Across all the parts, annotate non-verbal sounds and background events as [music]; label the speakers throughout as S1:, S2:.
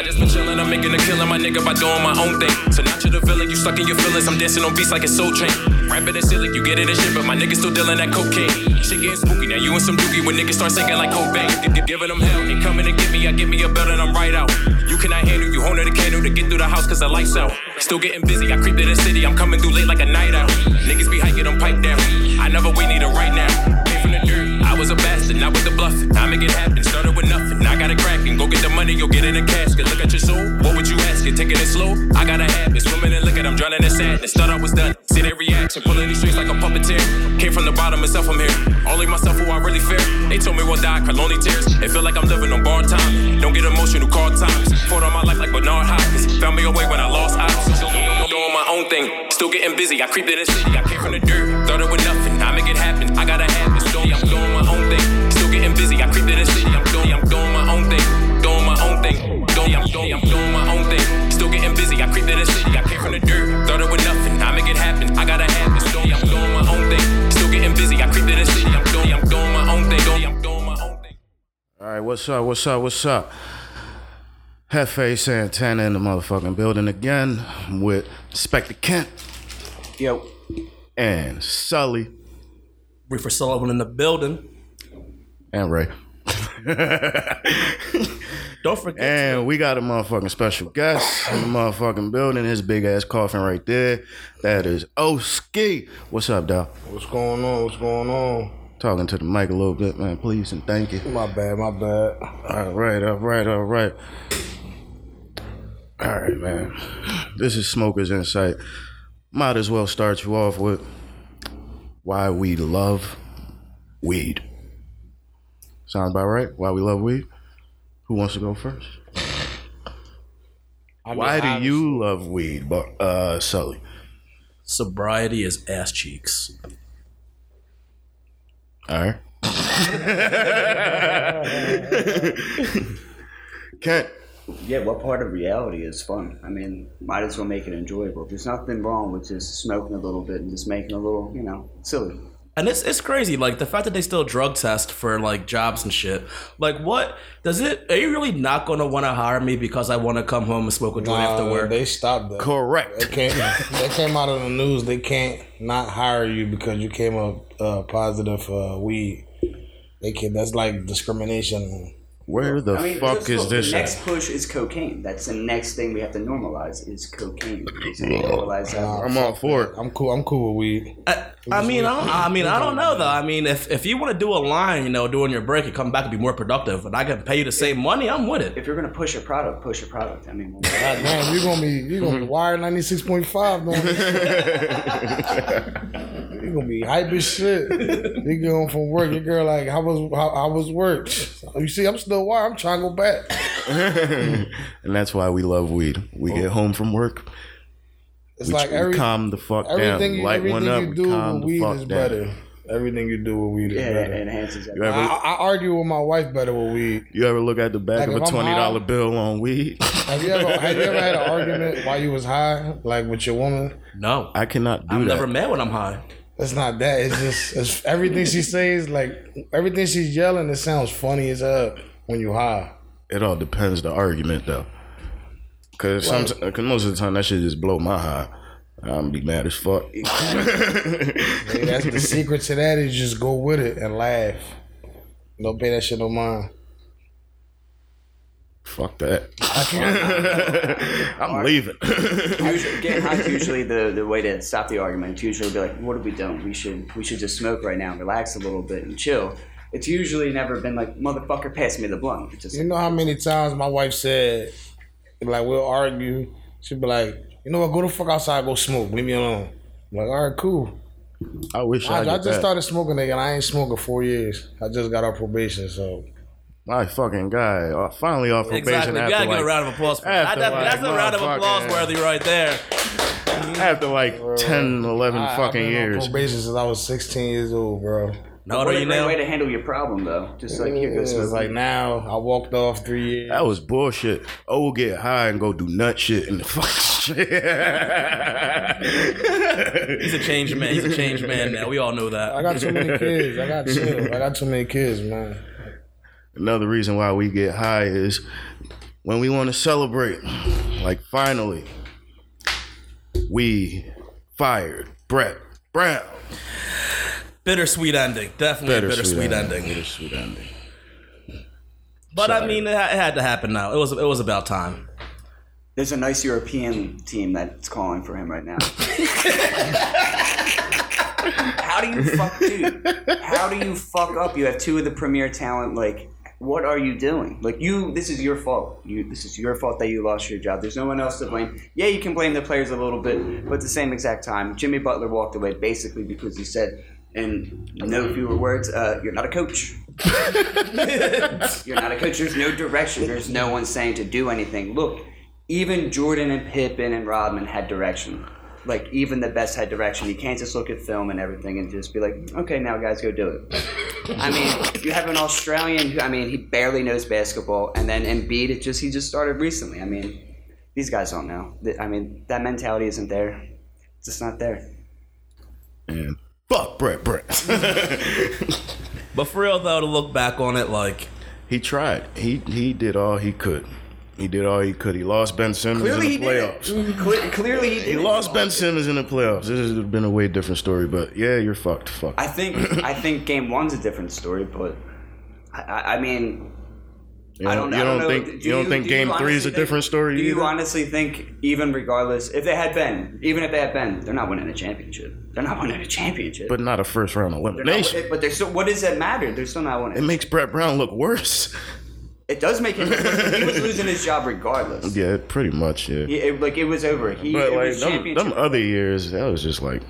S1: making a killing, my nigga, by doing my own thing. So not you the villain, you stuck in your feelings. I'm dancing on beats like a soul train. Rapping and silly, you get it and shit, but my nigga still dealing that cocaine. Shit getting spooky, now you in some dookie when niggas start singing like Cobain. G- g- Giving them hell, they coming to get me, I give me a belt and I'm right out. You cannot handle, you holding the candle to get through the house cause the lights out. Still getting busy, I creep to the city, I'm coming through late like a night out. Niggas be hiking, I'm piped down. I never we need it right now. Came from the dirt, I was a bastard, not with the bluff. I make it happen, started with nothing, I got it cracking. Go get the money, you'll get in a casket. Look at your soul, what would you ask it? Taking it slow, I got a habit. Swimming and look at, I'm drowning in sadness. Thought I was done, see their reaction. Pulling these strings like a puppeteer. Came from the bottom, myself, I'm here. Only myself who I really fear. They told me we'll die, cry lonely tears. It feel like I'm living on borrowed time. Don't get emotional, call times. Fought on my life like Bernard Hopkins. Found me a way when I lost options. Doing my own thing, still getting busy. I creeped in the city, I came from the dirt. Started with nothing, I make it happen. I got a habit, so I'm doing my own thing. Still getting busy, I creeped in the city, I'm doing, I'm doing my own thing. Doing my own thing, doing, I'm doing, I'm doing my own thing. Still getting busy, I creeped in the city, I came from the dirt. Started with nothing, I make it happen. I got a habit, so I'm doing my own thing. Still getting busy, I creeped in the city, I'm doing, I'm doing my own thing. Doing, I'm doing my own thing.
S2: All right, what's up? What's up? What's up? Hefe Santana in the motherfucking building again with Spectre Kent
S3: Yo,
S2: and Sully
S4: Reefer Sullivan in the building.
S2: and Ray.
S4: Don't forget.
S2: And we got a motherfucking special guest in the motherfucking building. His big ass coffin right there. That is Oski. What's up, dog?
S3: what's going on? What's going on?
S2: Talking to the mic a little bit, man. Please and thank you.
S3: My bad, my bad.
S2: All right, all right, all right. All right, man. This is Smoker's Insight. Might as well start you off with why we love weed. Sound about right? Why we love weed? Who wants to go first?
S3: I mean,
S2: Why do
S3: obviously-
S2: you love weed, but uh, Sully?
S4: Sobriety is ass cheeks.
S2: All right. Kent.
S5: Yeah, what part of reality is fun? I mean, might as well make it enjoyable. There's nothing wrong with just smoking a little bit and just making a little, you know, silly.
S4: And it's it's crazy, like the fact that they still drug test for like jobs and shit. Like, what does it? Are you really not gonna want to hire me because I want to come home and smoke a joint
S3: Nah,
S4: after work?
S3: They stopped that. They
S2: Correct.
S3: came, they came out on the news. They can't not hire you because you came up uh, positive for weed. They can. That's like discrimination.
S2: Where the
S5: I mean,
S2: fuck
S5: just
S2: is
S5: look,
S2: this
S5: The
S2: at?
S5: next push is cocaine. That's the next thing we have to normalize is cocaine. Because we normalize that.
S2: I'm all for it.
S3: I'm cool. I'm cool with weed.
S4: I, I mean, I, don't- I mean, I don't know though. I mean, if if you want to do a line, you know, during your break and come back and be more productive, and I can pay you the same money, I'm with it.
S5: If you're gonna push a product, push a product. I [laughs] mean,
S3: God damn, you're gonna be
S4: [laughs]
S3: you're gonna be wired ninety six point five, man. you're gonna be hype as shit. You get home from work, your girl like, how was how, how was work? You see, I'm still wired. I'm trying to go back.
S2: [laughs] and that's why we love weed. We get home from work,
S3: It's
S2: we,
S3: like
S2: we
S3: every
S2: calm the fuck
S3: everything
S2: down,
S3: you,
S2: light one
S3: everything
S2: up, we
S3: you do
S2: calm
S3: with
S2: the
S3: weed
S2: fuck
S3: is
S2: down.
S3: better. Everything you do with weed is
S5: yeah, it
S3: better.
S5: enhances that.
S2: You
S3: I,
S2: ever,
S3: I argue with my wife better with weed.
S2: you ever look at the back
S3: Like,
S2: of
S3: if
S2: a
S3: I'm
S2: twenty dollar
S3: high-
S2: bill on weed?
S3: Have you ever have you ever
S2: [laughs]
S3: had an argument while you was high, like with your woman?
S4: No,
S2: I cannot do
S4: I'm
S2: that.
S4: never mad when I'm high.
S3: It's not that. It's just it's everything she says. Like everything she's yelling, it sounds funny as hell when you high.
S2: It all depends the argument though, because most of the time that shit just blow my high. I'm be mad as fuck.
S3: Hey, that's the secret to that is just go with it and laugh. Don't pay that shit no mind.
S2: fuck
S4: [laughs]
S2: that. I'm leaving. [laughs]
S5: Usually, getting high is usually the, the way to stop the argument. It's usually be like, what are we doing? We should we should just smoke right now, and relax a little bit, and chill. It's usually never been like, motherfucker, pass me the blunt. It's just
S3: You know how many times my wife said, like, we'll argue. She'd be like, you know what, go the fuck outside, go smoke. Leave me alone. I'm like, all right, cool.
S2: I wish I,
S3: I, I
S2: could.
S3: just started smoking again. I ain't smoking four years. I just got off probation, so
S2: My fucking guy, uh, finally off probation
S4: Exactly. You
S2: after
S4: gotta
S2: like,
S4: get a round of applause. For that.
S2: after
S4: That-
S2: like
S4: that's a round of applause
S2: motherfucking-
S4: worthy right there.
S2: after like 10, 11
S3: I, I've
S2: fucking
S3: been
S2: years.
S3: On probation since I was 16 years old, bro.
S4: No,
S5: what
S4: do
S5: a
S4: you
S5: great way
S4: know?
S5: to handle your problem though. Just like here
S3: It
S5: goes
S3: was like now I walked off three years.
S2: That was bullshit. Oh, get high and go do nut shit in the [laughs] fuck shit.
S4: He's a changed man. He's a changed man now. We all know
S3: I
S4: that.
S3: got
S2: [laughs]
S3: too many kids. I got chill. I got too many kids, man.
S2: Another reason why we get high is when we want to celebrate, like finally, we fired Brett Brown.
S4: Bittersweet ending. Definitely a bittersweet ending.
S2: Bittersweet ending.
S4: But I mean, it, ha- it had to happen now. It was it was about time.
S5: There's a nice European team that's calling for him
S4: [laughs]
S5: right now. how do you fuck, dude? How do you fuck up? You have two of the premier talent. Like, what are you doing? Like, you. This is your fault. You. This is your fault that you lost your job. There's no one else to blame. Yeah, you can blame the players a little bit, but at the same exact time, Jimmy Butler walked away basically because he said. In no fewer words, uh, you're not a coach. you're not a coach. There's no direction. There's no one saying to do anything. Look, even Jordan and Pippen and Rodman had direction. Like even the best had direction. You can't just look at film and everything and just be like, okay, now guys, go do it. I mean, you have an Australian. who I mean, he barely knows basketball, and then Embiid. It just he just started recently. I mean, these guys don't know. Th- I mean, that mentality isn't there. It's just not there.
S2: And fuck Brett
S5: [laughs]
S2: Brown.
S4: But for real though, to look back on it, like
S2: he tried. He he did all he could. He did all he could. He lost Ben Simmons
S5: Clearly, he
S2: in the
S5: did.
S2: playoffs.
S5: Cle- clearly, he did.
S2: He lost Ben Simmons in the playoffs. This has been a way different story, but yeah, you're fucked. Fuck.
S5: I think
S2: [coughs]
S5: I think game one's a different story, but I, I, I mean,
S2: you
S5: I don't.
S2: You
S5: I
S2: don't,
S5: know.
S2: think
S5: Do
S2: you don't think
S5: do
S2: game
S5: you
S2: three is a
S5: honestly think-
S2: different story?
S5: Do you
S2: either?
S5: honestly think, even regardless, if they had Ben, even if they had Ben, they're not winning a championship. They're not winning a championship.
S2: but not a first round
S5: They're not-
S2: elimination.
S5: but they're still. What does that matter? They're still not
S2: it
S5: winning.
S2: makes Brett Brown look worse. [laughs]
S5: It does make him. he was losing his job regardless.
S2: Yeah, pretty much. Yeah.
S5: He- it- like it was over. He
S2: But
S5: it
S2: like
S5: was
S2: them,
S5: championship.
S2: them other years, that was just like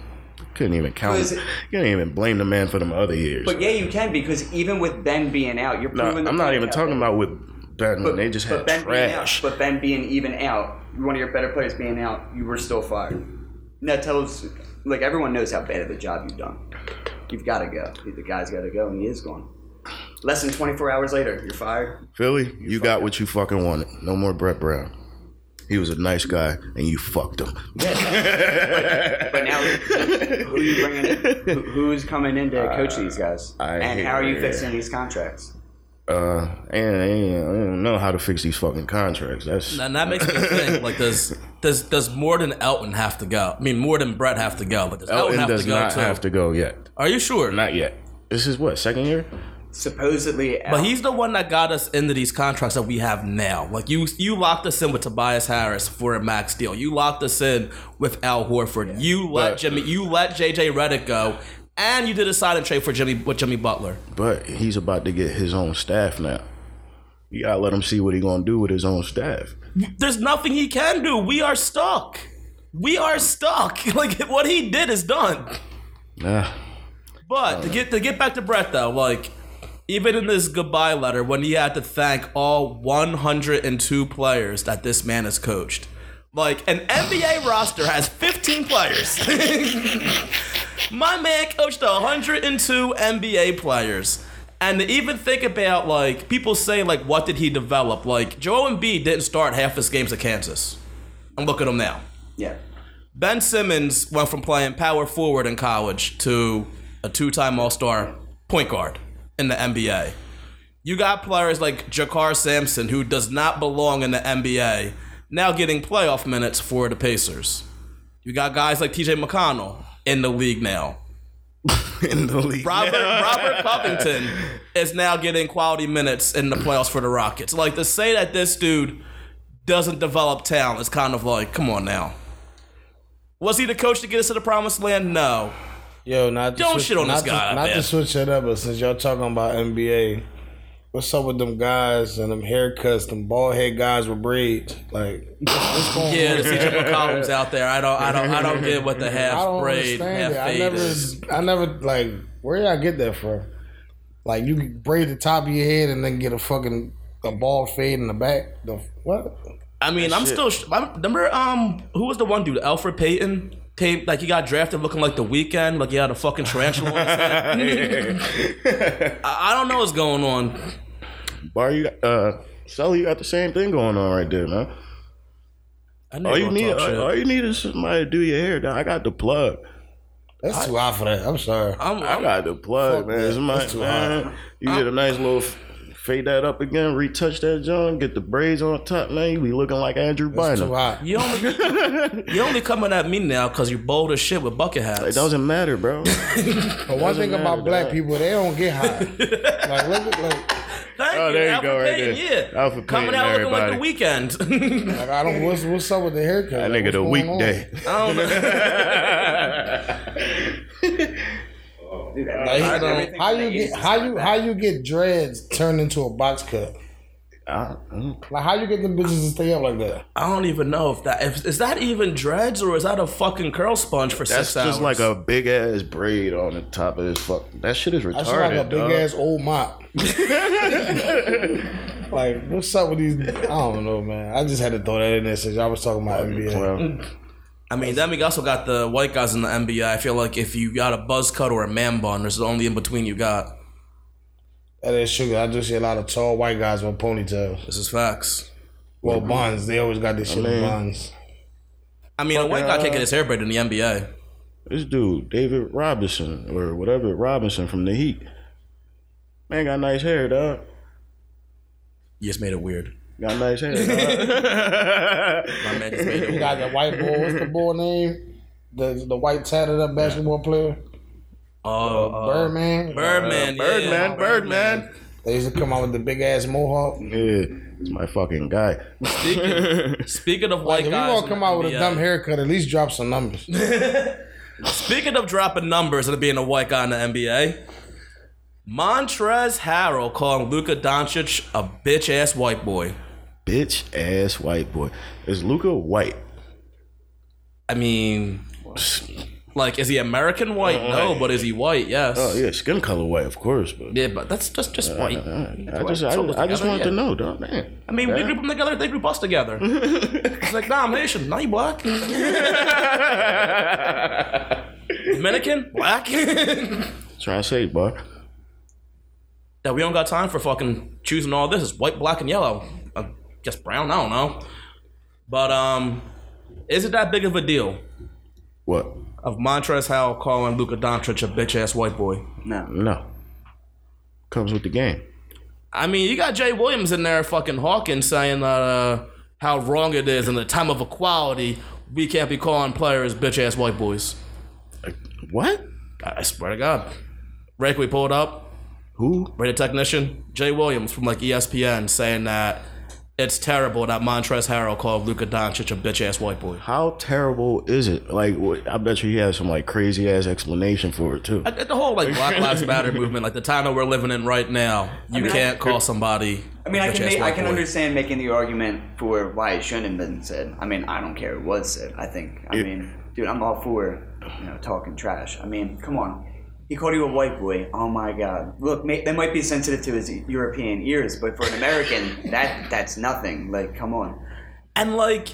S2: couldn't even count.
S5: Was it-
S2: you didn't even blame the man for them other years.
S5: but yeah, you can because even with Ben being out, you're
S2: no,
S5: proving. the
S2: I'm not
S5: point
S2: even
S5: out.
S2: talking about with Ben. when they just had
S5: being out,
S2: trash.
S5: but Ben being even out, one of your better players being out, you were still fired. And That tells like everyone knows how bad of a job you've done. You've got to go. The guy's got to go, and he is gone. Less than 24 hours later, you're fired.
S2: Philly, you got what you fucking wanted. No more Brett Brown. He was a nice guy, and you fucked him.
S5: But now, who are you bringing? In? Who- Who's coming in to coach these guys?
S2: Uh, I
S5: and
S2: hate
S5: how are you
S2: it.
S5: fixing these contracts?
S2: Uh, and and I don't know how to fix these fucking contracts. That's
S4: and that makes me
S2: [laughs]
S4: think. Like, does does does more than Elton have to go? I mean, more than Brett have to go? But does
S2: Elton
S4: Elton, have
S2: does
S4: to go
S2: not
S4: too?
S2: have to go yet.
S4: Are you sure?
S2: Not yet. This is what second year.
S5: Supposedly, out.
S4: But he's the one that got us into these contracts that we have now. Like you, you locked us in with Tobias Harris for a max deal. You locked us in with Al Horford. You let
S2: But-
S4: Jimmy, you let JJ Redick go, and you did a sign and trade for Jimmy with Jimmy Butler.
S2: But he's about to get his own staff now. You gotta let him see what he gonna do with his own staff.
S4: There's nothing he can do. We are stuck. We are stuck. [laughs] Like what he did is done.
S2: Nah, [laughs]
S4: But to get to get back to Brett though, like even in this goodbye letter, when he had to thank all 102 players that this man has coached, like an NBA roster has 15 players. [laughs] My man coached 102 NBA players. And to even think about like people say like what did he develop? Like Joel Embiid didn't start half his games at Kansas. And look at him now.
S5: yeah.
S4: Ben Simmons went from playing power forward in college to a two-time All-Star point guard in the NBA. You got players like Jakar Sampson, who does not belong in the NBA, now getting playoff minutes for the Pacers. You got guys like TJ McConnell in the league now.
S2: in the league.
S4: Robert
S2: [laughs]
S4: Robert Covington is now getting quality minutes in the playoffs for the Rockets. Like to say that this dude doesn't develop talent is kind of like, come on now. Was he the coach to get us to the promised land? No.
S3: Yo, not to
S4: Don't
S3: switch,
S4: shit on this
S3: not
S4: guy,
S3: To, not
S4: man.
S3: to switch it up, but since y'all talking about NBA, what's up with them guys and them haircuts, them bald head guys with braids? [laughs] Like, what's going
S4: Yeah,
S3: on?
S4: the CJ McCollum's out there. I don't I don't I don't get what the
S3: I
S4: half
S3: don't
S4: braid, half
S3: understand it. I
S4: fade is.
S3: never, I never like. Where did I get that from? Like, you can braid the top of your head and then get a fucking a bald fade in the back. The what?
S4: I mean, I'm still sh- I remember um who was the one dude? Alfred Payton came like he got drafted looking like the weekend, like he had a fucking tarantula on his head.
S2: [laughs]
S4: [laughs] I, I don't know what's going on.
S2: Bar, you got- uh, Sully, you got the same thing going on right there, man.
S4: I know
S2: All
S4: you're
S2: Oh, you
S4: gonna
S2: need,
S4: talk shit.
S2: all, all you need is somebody to do your hair. Dog. I got the plug.
S3: That's too hot for that. I'm sorry.
S4: I'm,
S2: I
S4: I'm
S2: got the plug,
S3: Fuck
S2: man.
S3: that.
S2: Somebody,
S3: That's too
S2: man, you get a nice little f- Fade that up again, retouch that John, get the braids on top, man. You be looking like Andrew
S3: It's too
S2: Bynum.
S3: hot.
S4: You only you only coming at me now because you're bold as shit with bucket hats.
S2: It doesn't matter, bro.
S3: But one thing
S2: matter,
S3: about black
S2: dog.
S3: people, they don't get
S4: [laughs]
S3: hot. like look at like.
S4: Thank
S2: Oh,
S4: you.
S2: there you
S4: Alpha
S2: go, right
S4: Payton,
S2: there.
S4: Yeah,
S2: Alpha
S4: coming
S2: Payton,
S4: out
S2: everybody.
S4: looking like the weekend. [laughs]
S3: Like I don't. What's what's up with the haircut?
S2: That nigga the weekday.
S4: I don't know.
S5: Dude, everything
S3: How
S5: from the
S3: you
S5: 80s
S3: get
S5: is
S3: how
S5: like
S3: you
S5: that.
S3: how you get dreads turned into a box cut?
S2: I- mm.
S3: Like how you get the bitches to stay up like that?
S4: I don't even know if that if, is that even dreads or is that a fucking curl sponge for
S2: That's
S4: six hours.
S2: just like a big ass braid on the top of this fuck. That shit is retarded.
S3: That's like a big
S2: dog.
S3: ass old mop. like what's up with these? I don't know, man. I just had to throw that in there since y'all was talking about NBA.
S2: Well,
S4: I mean, then we also got the white guys in the NBA. I feel like if you got a buzz cut or a man bun, there's the only in between you got.
S3: That is sugar. I just see a lot of tall white guys with ponytails.
S4: This is facts.
S3: Well, buns. They always got this shit with buns.
S4: I mean, a white guy can't get his hair braided in the NBA.
S2: this dude, David Robinson or whatever Robinson from the Heat. Man got nice hair, dog.
S4: You just made it weird.
S2: Got nice hair. dog.
S4: My man
S2: [laughs]
S4: just made it
S3: You
S4: weird.
S3: got that white boy. What's the boy name? The the white tatted up basketball player.
S4: Oh, uh,
S3: Birdman.
S4: Birdman.
S2: Birdman, Birdman.
S3: They used to come out with the big ass mohawk.
S2: Yeah, it's my fucking guy.
S4: Speaking, speaking of white
S3: If you
S4: guys,
S3: gonna
S4: in
S3: come
S4: the
S3: out with a
S4: NBA,
S3: dumb haircut, at least drop
S2: [laughs]
S3: some numbers.
S4: Speaking of dropping numbers and being a white guy in the NBA, Montrez Harrell calling Luka Doncic a bitch ass white boy.
S2: Bitch ass white boy. Is Luca white?
S4: I mean, like, is he American white? No, but is he white? Yes.
S2: Uh-huh. Oh yeah, Uh, skin color white, of course. But
S4: Yeah, but that's just just white.
S2: I just, I, I just wanted to know, dog. Man,
S4: I mean, we group them together, they group us together.
S2: [laughs]
S4: it's like, nah, I'm Haitian. Nah, you black. Dominican?
S2: [laughs]
S4: Black? that
S2: trying to say, boy.
S4: we don't got time for fucking choosing all this. It's white, black, and yellow. I guess brown, I don't know. But, um, is it that big of a deal
S2: What?
S4: of Montrezl Howell calling Luka Doncic a bitch ass white boy?
S5: No.
S2: No. Comes with the game.
S4: I mean, you got Jay Williams in there fucking hawking saying uh, how wrong it is in the time of equality, we can't be calling players bitch ass white boys.
S2: Like, what?
S4: I I swear to God. Rick, we pulled up,
S2: Who?
S4: radio technician, Jay Williams from like E ESPN saying that it's terrible that Montrez Harrell called Luka Doncic a bitch ass white boy.
S2: How terrible is it? Like, what, I bet you he has some like crazy ass explanation for it too.
S4: I- The whole like Black [laughs] Lives Matter movement, like the time that we're living in right now, you
S5: mean, I-
S4: can't call somebody.
S5: I mean, I can make, I can
S4: understand.
S5: understand making the argument for why it shouldn't have been said. I mean, I don't care it was said. I think. I mean, dude, I'm all for you know talking trash. I mean, come on. He called you a white boy. Oh my God! Look, may, that might be sensitive to his European ears, but for an American, that that's nothing. Like, come on.
S4: And like,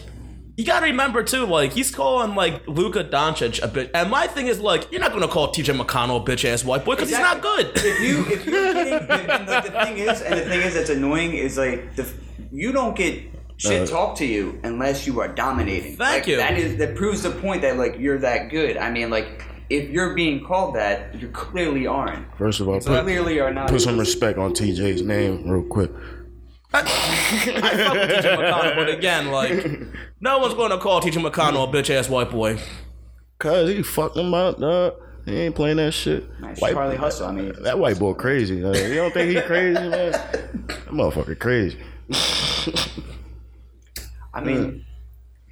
S4: you gotta remember too, like he's calling like Luka Doncic a bit. And my thing is like, you're not gonna call T.J. McConnell a bitch ass white boy because he's not [laughs] good.
S5: if you if you're getting and like, the thing is and the thing is that's annoying is like the you don't get shit
S2: Uh,
S5: talked to you unless you are dominating.
S4: Thank
S5: Like,
S4: you.
S5: That is that proves the point that like you're that good. I mean like if you're being called that, you clearly aren't.
S2: First of all, put,
S5: Clearly are not.
S2: put some respect on TJ's name real quick.
S4: I fuck with T.J. McConnell, but again, like, no one's gonna call T.J. McConnell a bitch ass white boy.
S2: Cause he fucked him up, dog. He ain't playing that shit.
S5: Nice.
S2: White-
S5: Charlie Hustle. I mean,
S2: That white boy crazy. Like, you don't
S5: [laughs]
S2: think he crazy, man? That motherfucker crazy.
S5: I mean,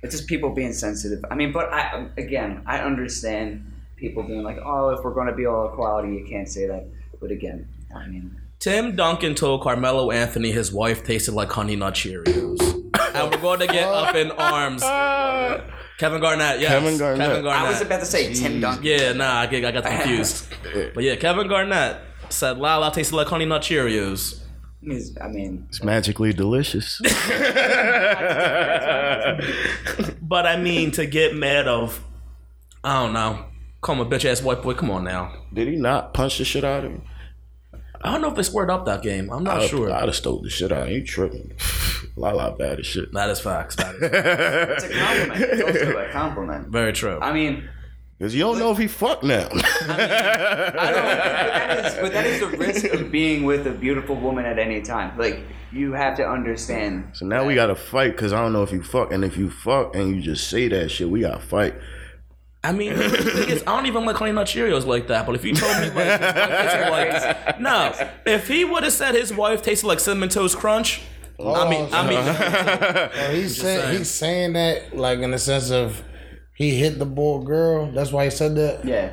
S5: it's just people being sensitive. I mean, but I again, I understand people being like, oh, if we're going to be all equality, you can't say that. But again, I mean.
S4: Tim Duncan told Carmelo Anthony his wife tasted like honey nut
S2: [laughs]
S4: Cheerios. and we're going to get up in arms.
S5: Uh.
S4: Kevin Garnett, yes.
S2: Kevin Garnett.
S4: Kevin Garnett.
S5: I was about to say Tim Duncan.
S4: Yeah, nah, I, get, I
S2: [laughs]
S4: got confused. but yeah, Kevin Garnett said Lala tasted like honey nut Cheerios.
S5: He's- I mean,
S2: It's magically delicious.
S4: But I mean, to get mad of, I don't know. Call him a bitch ass white boy. Come on now.
S2: Did he not punch the shit out of him?
S4: I don't know if they squared up that game. I'm not
S2: I'd-
S4: sure.
S2: I'd have stole the shit out of him. You tripping. La la bad as shit.
S4: that is facts. That is
S5: It's a compliment. It's also a compliment.
S4: very true.
S5: I mean,
S2: Cause you don't know if he fucked now.
S5: I don't, but, that is, but that is the risk
S4: [laughs]
S5: of being with a beautiful woman at any time. Like you have to understand.
S2: so now we gotta fight because I don't know if you fuck. And if you fuck and you just say that shit, we gotta
S3: [laughs]
S2: fight.
S4: I mean, the thing is, I don't even like honey nut Cheerios like that. But if you told me, like, his wife tasted like no, if he would have said his wife tasted like cinnamon toast crunch, I mean,
S2: Oh,
S4: I
S2: Uh-huh.
S4: mean,
S3: he's saying, he's saying that like in the sense of he hit the boy girl. That's why he said that.
S5: Yeah.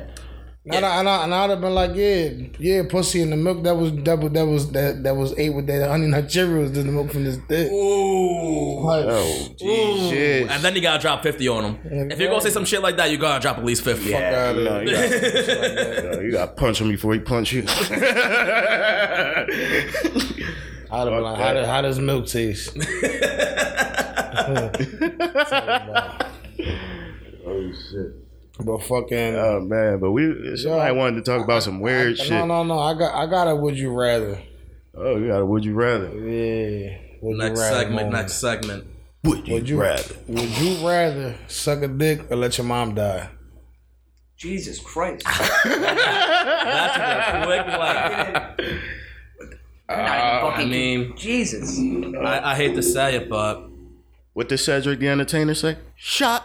S3: And, I, and, I, and I'd have been like, yeah, yeah, pussy in the milk that was that was that was that, that was ate with that honey nut Cheerios in the milk from this dick. Like,
S2: Oh, Jesus.
S4: and then you gotta drop fifty on him. If you're gonna say some shit like that, you gotta drop at least fifty.
S3: God,
S2: No, you gotta, no, you gotta punch him before he punch
S3: [laughs]
S2: you.
S3: I'd have been like, how, do- how does milk taste? [laughs]
S2: [laughs] oh shit.
S3: but fucking
S2: Oh man, but we somebody wanted to talk about some weird shit.
S3: no, no, no. I got I got a would you rather.
S2: Oh, you got a would you rather?
S3: Yeah. Would
S4: Next
S3: you rather
S4: segment.
S3: moment.
S4: Next segment.
S2: Would you,
S3: you-
S2: rather?
S3: Would you rather suck a dick or let your mom die?
S5: Jesus Christ.
S4: Uh, That's a quick laugh.
S5: Not even
S4: I
S5: fucking
S4: mean,
S5: Jesus.
S4: I, I hate to say it, but
S2: What did Cedric the Entertainer say? Shot.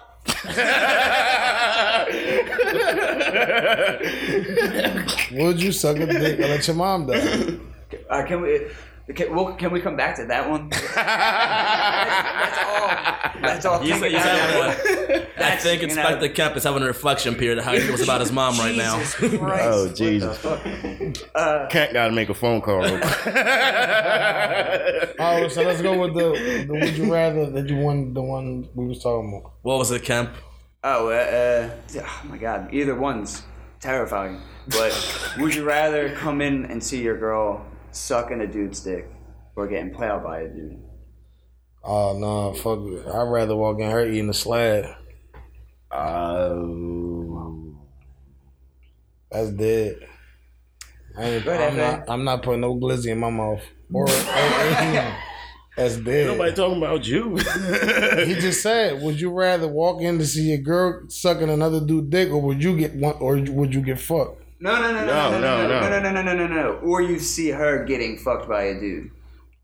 S3: Would you suck a dick or let your mom
S2: [laughs]
S3: die?
S5: Uh, can we? Can, well, can we come back to
S4: [laughs]
S5: that one? that's, that's all. That's all.
S4: you said you
S5: thinking about
S4: said
S5: that one.
S4: what? I
S5: That's,
S4: think
S5: you know,
S4: Inspector Kemp is having a reflection period of how he feels about his mom right now. [laughs]
S5: Jesus Christ.
S2: Oh
S5: What the
S2: Jesus.
S5: fuck?
S2: Cat gotta make a phone
S3: [laughs]
S2: call. [laughs] real quick.
S3: Oh, so let's go with the, the would you rather that you won the one we was talking about.
S4: What was it, Kemp?
S5: Oh, uh, uh, oh my God! Either one's terrifying. But [laughs] would you rather come in and see your girl sucking a dude's dick, or getting plowed by a dude?
S3: Oh no, fuck it. I'd rather walk in her eating a slab.
S5: Um,
S2: Oh.
S3: That's dead. I ain't,
S5: Right,
S3: I'm,
S5: man.
S3: not, I'm not putting no glizzy in my mouth.
S5: [laughs]
S3: Or, or anything. [laughs] That's dead.
S2: Nobody talking about
S3: [laughs]
S2: you.
S3: He just said, "Would you rather walk in to see your girl sucking another dude dick, or would you get one, or would you get fucked?"
S5: No, no, no,
S2: No,
S5: no, no, no,
S2: no,
S5: no, no, no, no, no, no, no. Or you see her getting fucked by a dude.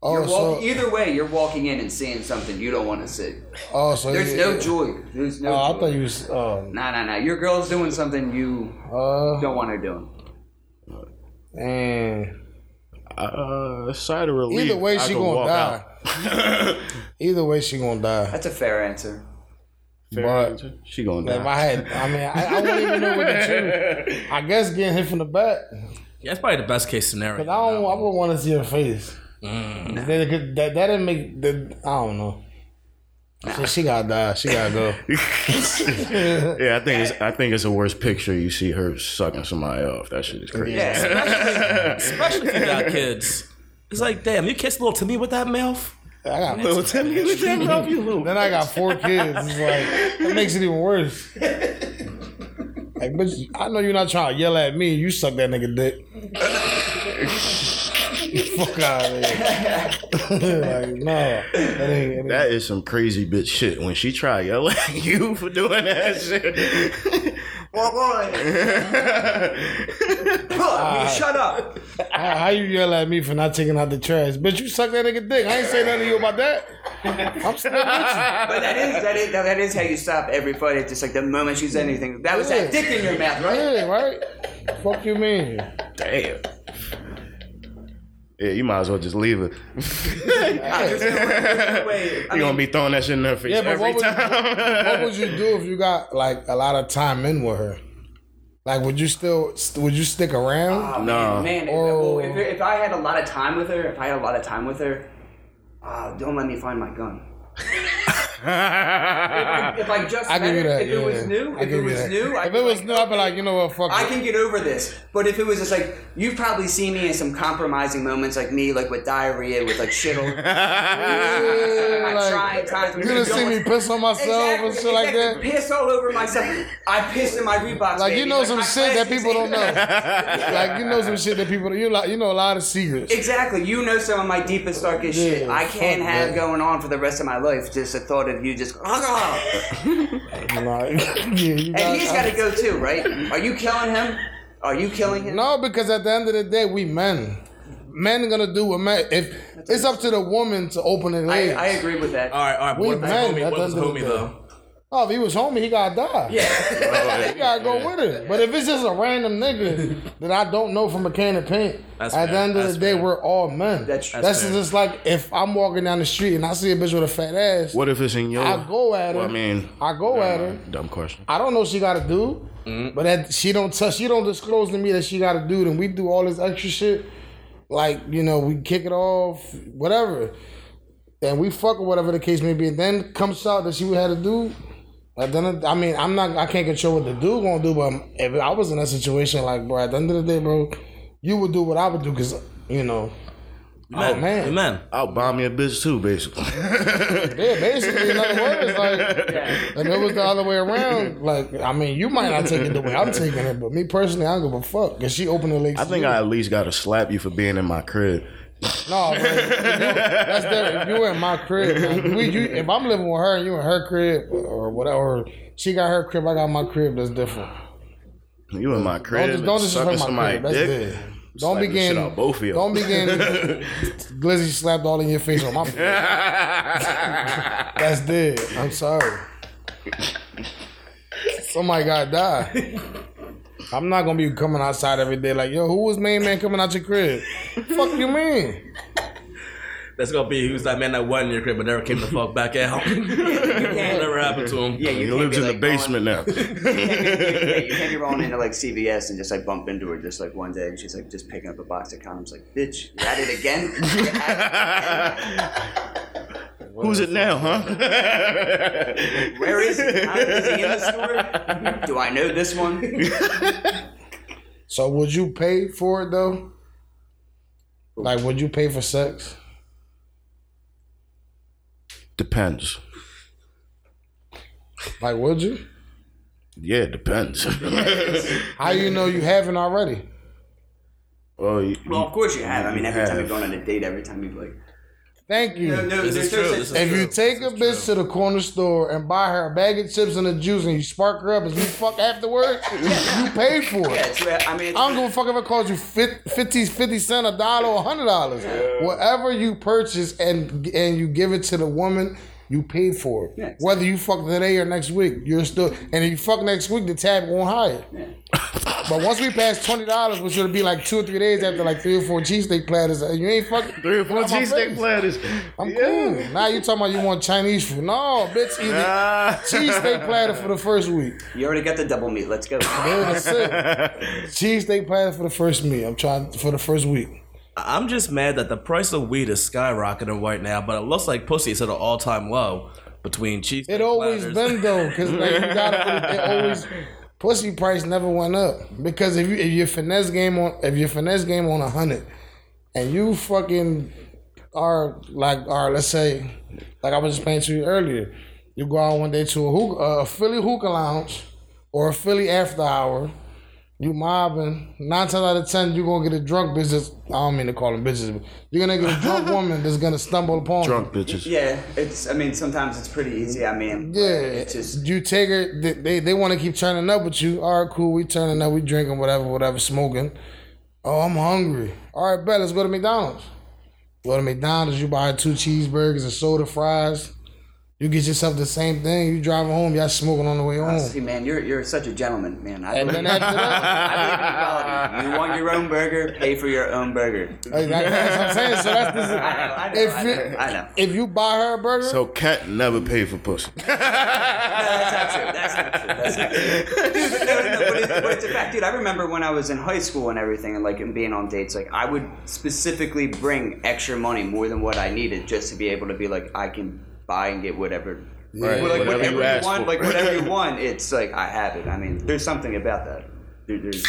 S3: Oh,
S5: You're walk-
S3: so,
S5: either way, you're walking in and seeing something you don't want to see.
S3: oh, so
S5: There's
S3: you-
S5: no joy. There's no.
S3: Oh, I
S5: joy.
S3: thought you was. Um,
S5: Nah, nah, nah. Your girl's doing something you
S3: uh,
S5: don't want her doing.
S3: and
S2: uh, side of relief.
S3: either way,
S2: I
S3: she
S2: can
S3: gonna
S2: walk
S3: die. [laughs]
S2: out.
S3: either way, she gonna die.
S5: That's a fair
S3: [laughs]
S5: answer.
S3: But
S2: She gonna
S3: if
S2: die.
S3: I had, I mean, I, I wouldn't even know what to choose. I guess getting hit from the back,
S4: Yeah, that's probably the best case
S3: but
S4: scenario.
S3: I don't. I would want to see her face. That, that, that didn't make. That, I don't know. So she gotta die. She gotta go.
S2: Yeah, I think it's I think it's a worse picture. You see her sucking somebody off. That shit is crazy.
S3: [laughs]
S5: Yeah.
S4: [laughs] Especially if you got kids. It's like, damn, you kissed little Timmy with that mouth?
S3: I got
S2: Little Timmy, you damn off you little.
S3: Then I got four kids. It's like that makes it even worse. Like, bitch, I know you're not trying to yell at me. You suck that nigga dick. Fuck out of here. like, no, that ain't. That
S2: That is some crazy bitch shit. When she try yell at [laughs] you for doing that shit, [laughs]
S5: Huh, Shut up.
S3: ain't how, how you yell at me for not taking out the trash, bitch? You suck that nigga dick. I ain't say nothing to you about that. I'm still with
S5: But that is that is that is how you stop every fight. It's just like the moment you said anything, that was that
S3: Yeah.
S5: dick in your mouth,
S3: you.
S5: right?
S3: Yeah, right. Fuck you, mean.
S2: damn. Yeah, you might as well just leave her.
S3: Oh,
S5: Wait, I
S2: You gonna
S5: mean,
S2: be throwing that shit in her face
S3: Yeah, but
S2: every
S3: what would,
S2: time. [laughs]
S3: what would you do if you got like a lot of time in with her? Like, would you still would you stick around?
S2: no,
S5: man, if,
S3: Oh.
S5: well, if, if I had a lot of time with her, if I had a lot of time with her, uh, don't let me find my gun. if, if I just
S3: I
S5: met
S3: give you
S5: her,
S3: that.
S5: if
S3: yeah.
S5: it was new, if
S3: I give
S5: it
S3: you
S5: was
S3: that.
S5: new, I
S3: if
S5: could,
S3: it was
S5: like,
S3: new, I'd be like, you know what, fuck.
S5: I
S3: it. [laughs]
S5: can get over this. But if it was just like you've probably seen me in some compromising moments, like me, like with diarrhea, with like shit. all-
S3: Yeah,
S5: I'm trying
S3: like,
S5: times.
S3: you done see me piss on myself
S5: Exactly,
S3: and shit like
S5: exactly.
S3: that.
S5: Piss all over myself. I pissed in my Reeboks.
S3: Like you
S5: baby.
S3: know some
S5: my
S3: shit that
S5: classics
S3: people don't
S5: ain't-
S3: know.
S5: [laughs]
S3: like you know some shit that people you like [laughs] you know a lot of secrets.
S5: Exactly, you know some of my deepest, darkest shit.
S3: Yeah,
S5: I can't
S3: fuck
S5: have
S3: that.
S5: going on for the rest of my life. Just a thought called it you just
S3: [laughs] Like, yeah, you
S5: and
S3: guys-
S5: he's got to go too, right? Are you killing him? Are you killing him?
S3: No, because at the end of the day, we men. Men gonna do what men. If it's up to the woman to open her
S5: I,
S3: legs.
S5: I agree with that.
S4: All
S2: Uh,
S4: right, all right.
S3: We
S4: What was
S3: men,
S4: homie,
S3: that
S4: what was
S3: doesn't do
S4: homie
S3: that.
S4: though?
S3: Oh, if he was homie, he gotta die.
S4: Yeah.
S3: You gotta go with it. But if it's just a random nigga that I don't know from a can of paint,
S4: That's
S3: at
S4: fair.
S3: the end of
S4: That's
S3: the day,
S4: fair.
S3: we're all men.
S5: That's true.
S3: That's,
S4: That's fair.
S3: just like if I'm walking down the street and I see a bitch with a fat ass,
S2: What if it's in your?
S3: I go at her.
S2: Well, I mean,
S3: I go at her.
S2: dumb question.
S3: I don't know she got a dude, but that she don't touch. She don't disclose to me that she got a dude, and we do all this extra shit. Like you know, we kick it off, whatever, and we fuck or whatever the case may be. And then comes out that she had a dude. At the end of- I mean, I'm not. I can't control what the dude gonna do, but if I was in that situation, like bro, at the end of the day, bro, you would do what I would do, cause you know,
S4: Men,
S3: Oh, man.
S4: we men.
S2: I'll bomb your bitch too, basically.
S3: yeah, basically, in other words, like. And it was the other way around. Like, I mean, you might not take it the way I'm taking it, but me personally, I don't give a fuck. Cause she opened her legs.
S2: I think I at least gotta slap you for being in my crib.
S3: no, man. that's that. If you in my crib, man, we, you, if I'm living with her and you in her crib or whatever, or she got her crib, I got my crib. That's different.
S2: You in my
S3: Don't
S2: crib?
S3: just don't
S2: and
S3: just
S2: sucking
S3: hurt my
S2: somebody's
S3: crib. That's
S2: dick?
S3: dead. Don't
S2: Slap the
S3: begin.
S2: shit out both of you.
S3: Don't
S2: [laughs]
S3: begin. Glizzy slapped all in your face on my.
S2: [laughs]
S3: Face. That's dead. I'm sorry. Somebody gotta die. I'm not gonna be coming outside every day like, yo, who was main man coming out your crib? Fuck you mean?
S4: That's gonna be who's that man that went in your crib but never came the fuck back out. [laughs] Whatever happened to him.
S5: Yeah, you
S2: He
S5: can't
S2: lives in
S5: be,
S2: the
S5: like, going-
S2: basement now.
S5: Yeah, you can't
S2: [laughs]
S5: be rolling into like CVS and just like bump into her just like one day and she's like just picking up a box of condoms like bitch you're at it again
S3: [laughs]
S5: You're at it
S2: Who's it now, huh?
S5: again? where is he is he in the store do I know this one
S3: So would you pay for it though? Like, would you pay for sex?
S2: depends.
S3: Like, would you?
S2: Yeah, it depends. [laughs]
S3: How you know you haven't already?
S2: well, Oh, you,
S5: well of course you have I mean every time
S2: have.
S5: you're going on a date every time you're like
S3: Thank you.
S5: no
S4: This is
S5: there's
S4: true.
S5: no
S4: This
S5: such
S4: is
S3: If
S4: true.
S3: you take a bitch to the corner store and buy her a bag of chips and a juice and you spark her up and you fuck afterwards, you pay for
S5: yeah,
S3: it.
S5: it's, I mean it's,
S3: I don't give a fuck if it costs you fif- 50, 50 cent, a dollar, or hundred dollars. Whatever you purchase and and you give it to the woman, you paid for it.
S5: Yes.
S3: Whether you fuck today or next week, you're still. And if you fuck next week, the tab won't higher. But once we pass twenty dollars, which would be like two or three days after like three or four cheesesteak platters, and you ain't fucking
S2: three or four
S3: Get out my
S2: cheesesteak
S3: face.
S2: platters.
S3: I'm cool. Now you talking about you want Chinese food? No, bitch, eat
S2: [laughs]
S3: it.
S2: Ah.
S3: cheesesteak platter for the first week.
S5: you already got the double meat let's go
S3: Yeah,
S2: [laughs]
S3: that's it. cheesesteak platter for the first meal. I'm trying for the first week.
S4: I'm just mad that the price of weed is skyrocketing right now, but it looks like pussy is at an all time low between cheese.
S3: It always been though, because like [laughs] you gotta, it always pussy price never went up because if you if your finesse game on if your finesse game on a hundred and you fucking are like are let's say like I was explaining to you earlier, you go out one day to a, hook, a Philly hookah lounge or a Philly after hour. You mobbing nine times out of ten, you're gonna get a drunk business. I don't mean to call them bitches, but you're gonna get a [laughs] drunk woman that's gonna stumble upon
S2: [laughs]
S3: you.
S2: Drunk bitches.
S5: yeah it's I mean sometimes it's pretty easy I mean
S3: Yeah,
S5: it's just
S3: you take her. They they, they want to keep turning up with you. All right, cool. We turning up. We drinking whatever, whatever, smoking. Oh, I'm hungry. All right, bet. Let's go to McDonald's. Go to McDonald's. You buy two cheeseburgers and soda fries. You get yourself the same thing. You driving home. Y'all smoking on the way
S5: see [laughs]
S3: home.
S5: man you're you're such a gentleman man I
S3: And then after that,
S5: I believe in equality. You want your own burger, pay for your own burger.
S3: like, that- that's what I'm saying. So that's this.
S5: I know, I know,
S3: If
S5: I
S3: you-
S5: know, I know.
S3: If you buy her a burger,
S2: So cat never paid for pussy. [laughs]
S5: That's not true. That's not true. That's not true. Dude, no, no, but, it's, but it's a fact, dude. I remember when I was in high school and everything, and like and being on dates. Like I would specifically bring extra money, more than what I needed, just to be able to be like, I can buy and get whatever.
S2: Right,
S5: Well, like,
S2: whatever you ask
S5: want,
S2: for.
S5: like whatever you want, it's like I have it. I mean, there's something about that. There, there's,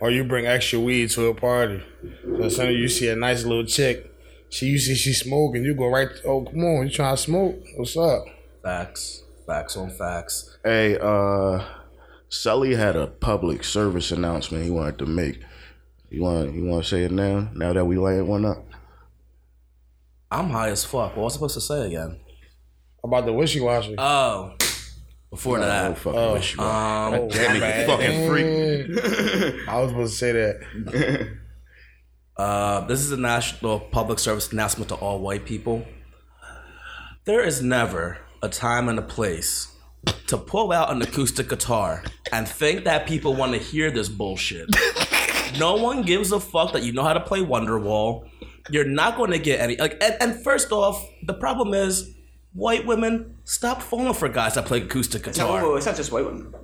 S3: or you bring extra weed to a party. So as soon as you see a nice little chick, she you see she smoking, you go right. Oh come on, you trying to smoke? What's up?
S4: Facts. Facts on facts.
S2: Hey, uh, Sully had a public service announcement he wanted to make. You want you want to say it now? Now that we laid one up,
S4: I'm high as fuck. What was I supposed to say again?
S3: about the wishy washy.
S4: Oh, before
S2: Oh,
S4: that.
S2: fucking wish you were.
S3: oh,
S2: damn
S3: my
S2: it, you
S3: bad.
S2: fucking
S3: Dang. I was supposed to say that.
S4: Uh, this is a national public service announcement to all white people. There is never a time and a place to pull out an acoustic guitar and think that people want to hear this bullshit. no one gives a fuck that you know how to play Wonderwall. You're not going to get any. Like, and, and first off, the problem is white women stop falling for guys that play acoustic
S5: No, whoa,
S4: guitar.
S5: whoa, it's not just white women.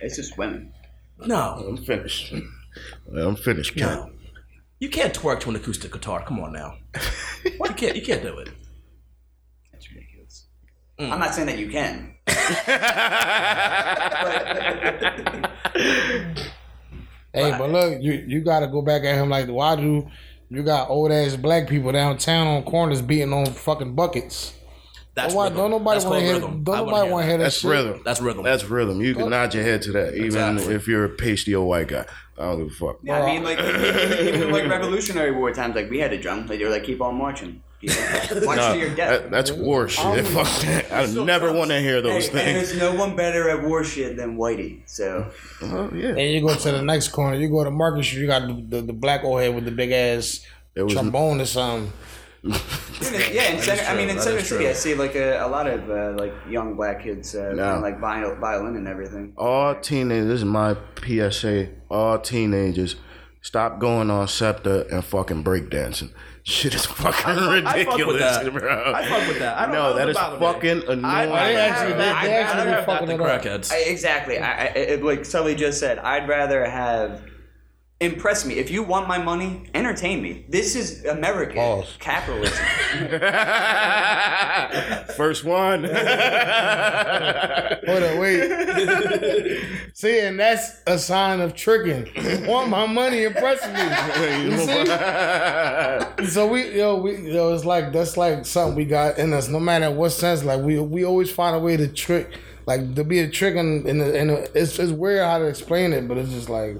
S5: It's just women.
S4: No,
S2: I'm finished. [laughs] I'm finished, Ken.
S4: oh. no. You can't twerk to an acoustic guitar. Come on now. you can't. You can't do it.
S5: That's ridiculous. I'm not saying that you can.
S3: Hey, but look, you you gotta go back at him like why do you got old ass black people downtown on corners beating on fucking buckets?
S4: That's
S3: Why
S4: rhythm.
S3: don't nobody
S4: That's
S3: want to
S4: called
S3: hear?
S4: rhythm.
S3: Don't
S4: I wanna
S3: nobody want to hear that
S2: That's
S3: shit?
S2: rhythm.
S4: That's rhythm.
S2: That's rhythm. You can nod your head to that, even
S4: Exactly.
S2: if you're a pasty old white guy. I don't give a fuck.
S5: Yeah, I mean, like, even like Revolutionary War times, like, we had a drum. Like, they were like, keep on marching. Keep
S4: [laughs]
S5: on- March to your death.
S2: That- that's war shit. Fuck that. I never want to hear those
S5: Hey, and
S2: things.
S5: there's no one better at war shit than Whitey.
S4: [laughs]
S5: So
S2: Oh, yeah.
S3: And you go to the next corner, you go to Market Street, you got the, the, the black old head with the big ass
S2: It was-
S3: trombone or something.
S5: yeah, in Center, I mean, in
S4: That
S5: Center
S4: is
S5: City,
S4: true.
S5: I see like a, a lot of uh, like young black kids uh,
S2: No.
S5: playing, like viol- violin and everything.
S2: All teenagers, this is my PSA. All teenagers, stop going on SEPTA and fucking breakdancing. Shit is fucking
S4: I fuck with
S2: ridiculous,
S4: that.
S2: bro.
S4: I fuck with that. I don't
S2: no,
S4: know
S2: that
S4: the
S2: is
S4: bottom of
S2: fucking annoying.
S3: they actually- they
S4: I'd
S3: actually
S4: rather
S3: be
S4: have
S3: fucking
S4: that
S3: it
S4: than
S3: up.
S4: crackheads.
S5: I, exactly. I, I it, like Sully just said, I'd rather have impress me. If you want my money, entertain me. This is American
S3: Pause.
S5: capitalism.
S2: First one.
S3: Hold up, wait. see, and that's a sign of tricking. Want my money impressing me. You see? So we yo, we yo, it's like that's like something we got in us, no matter what sense. Like we we always find a way to trick like to be a trick and in, the- in, the- it's it's weird how to explain it, but it's just like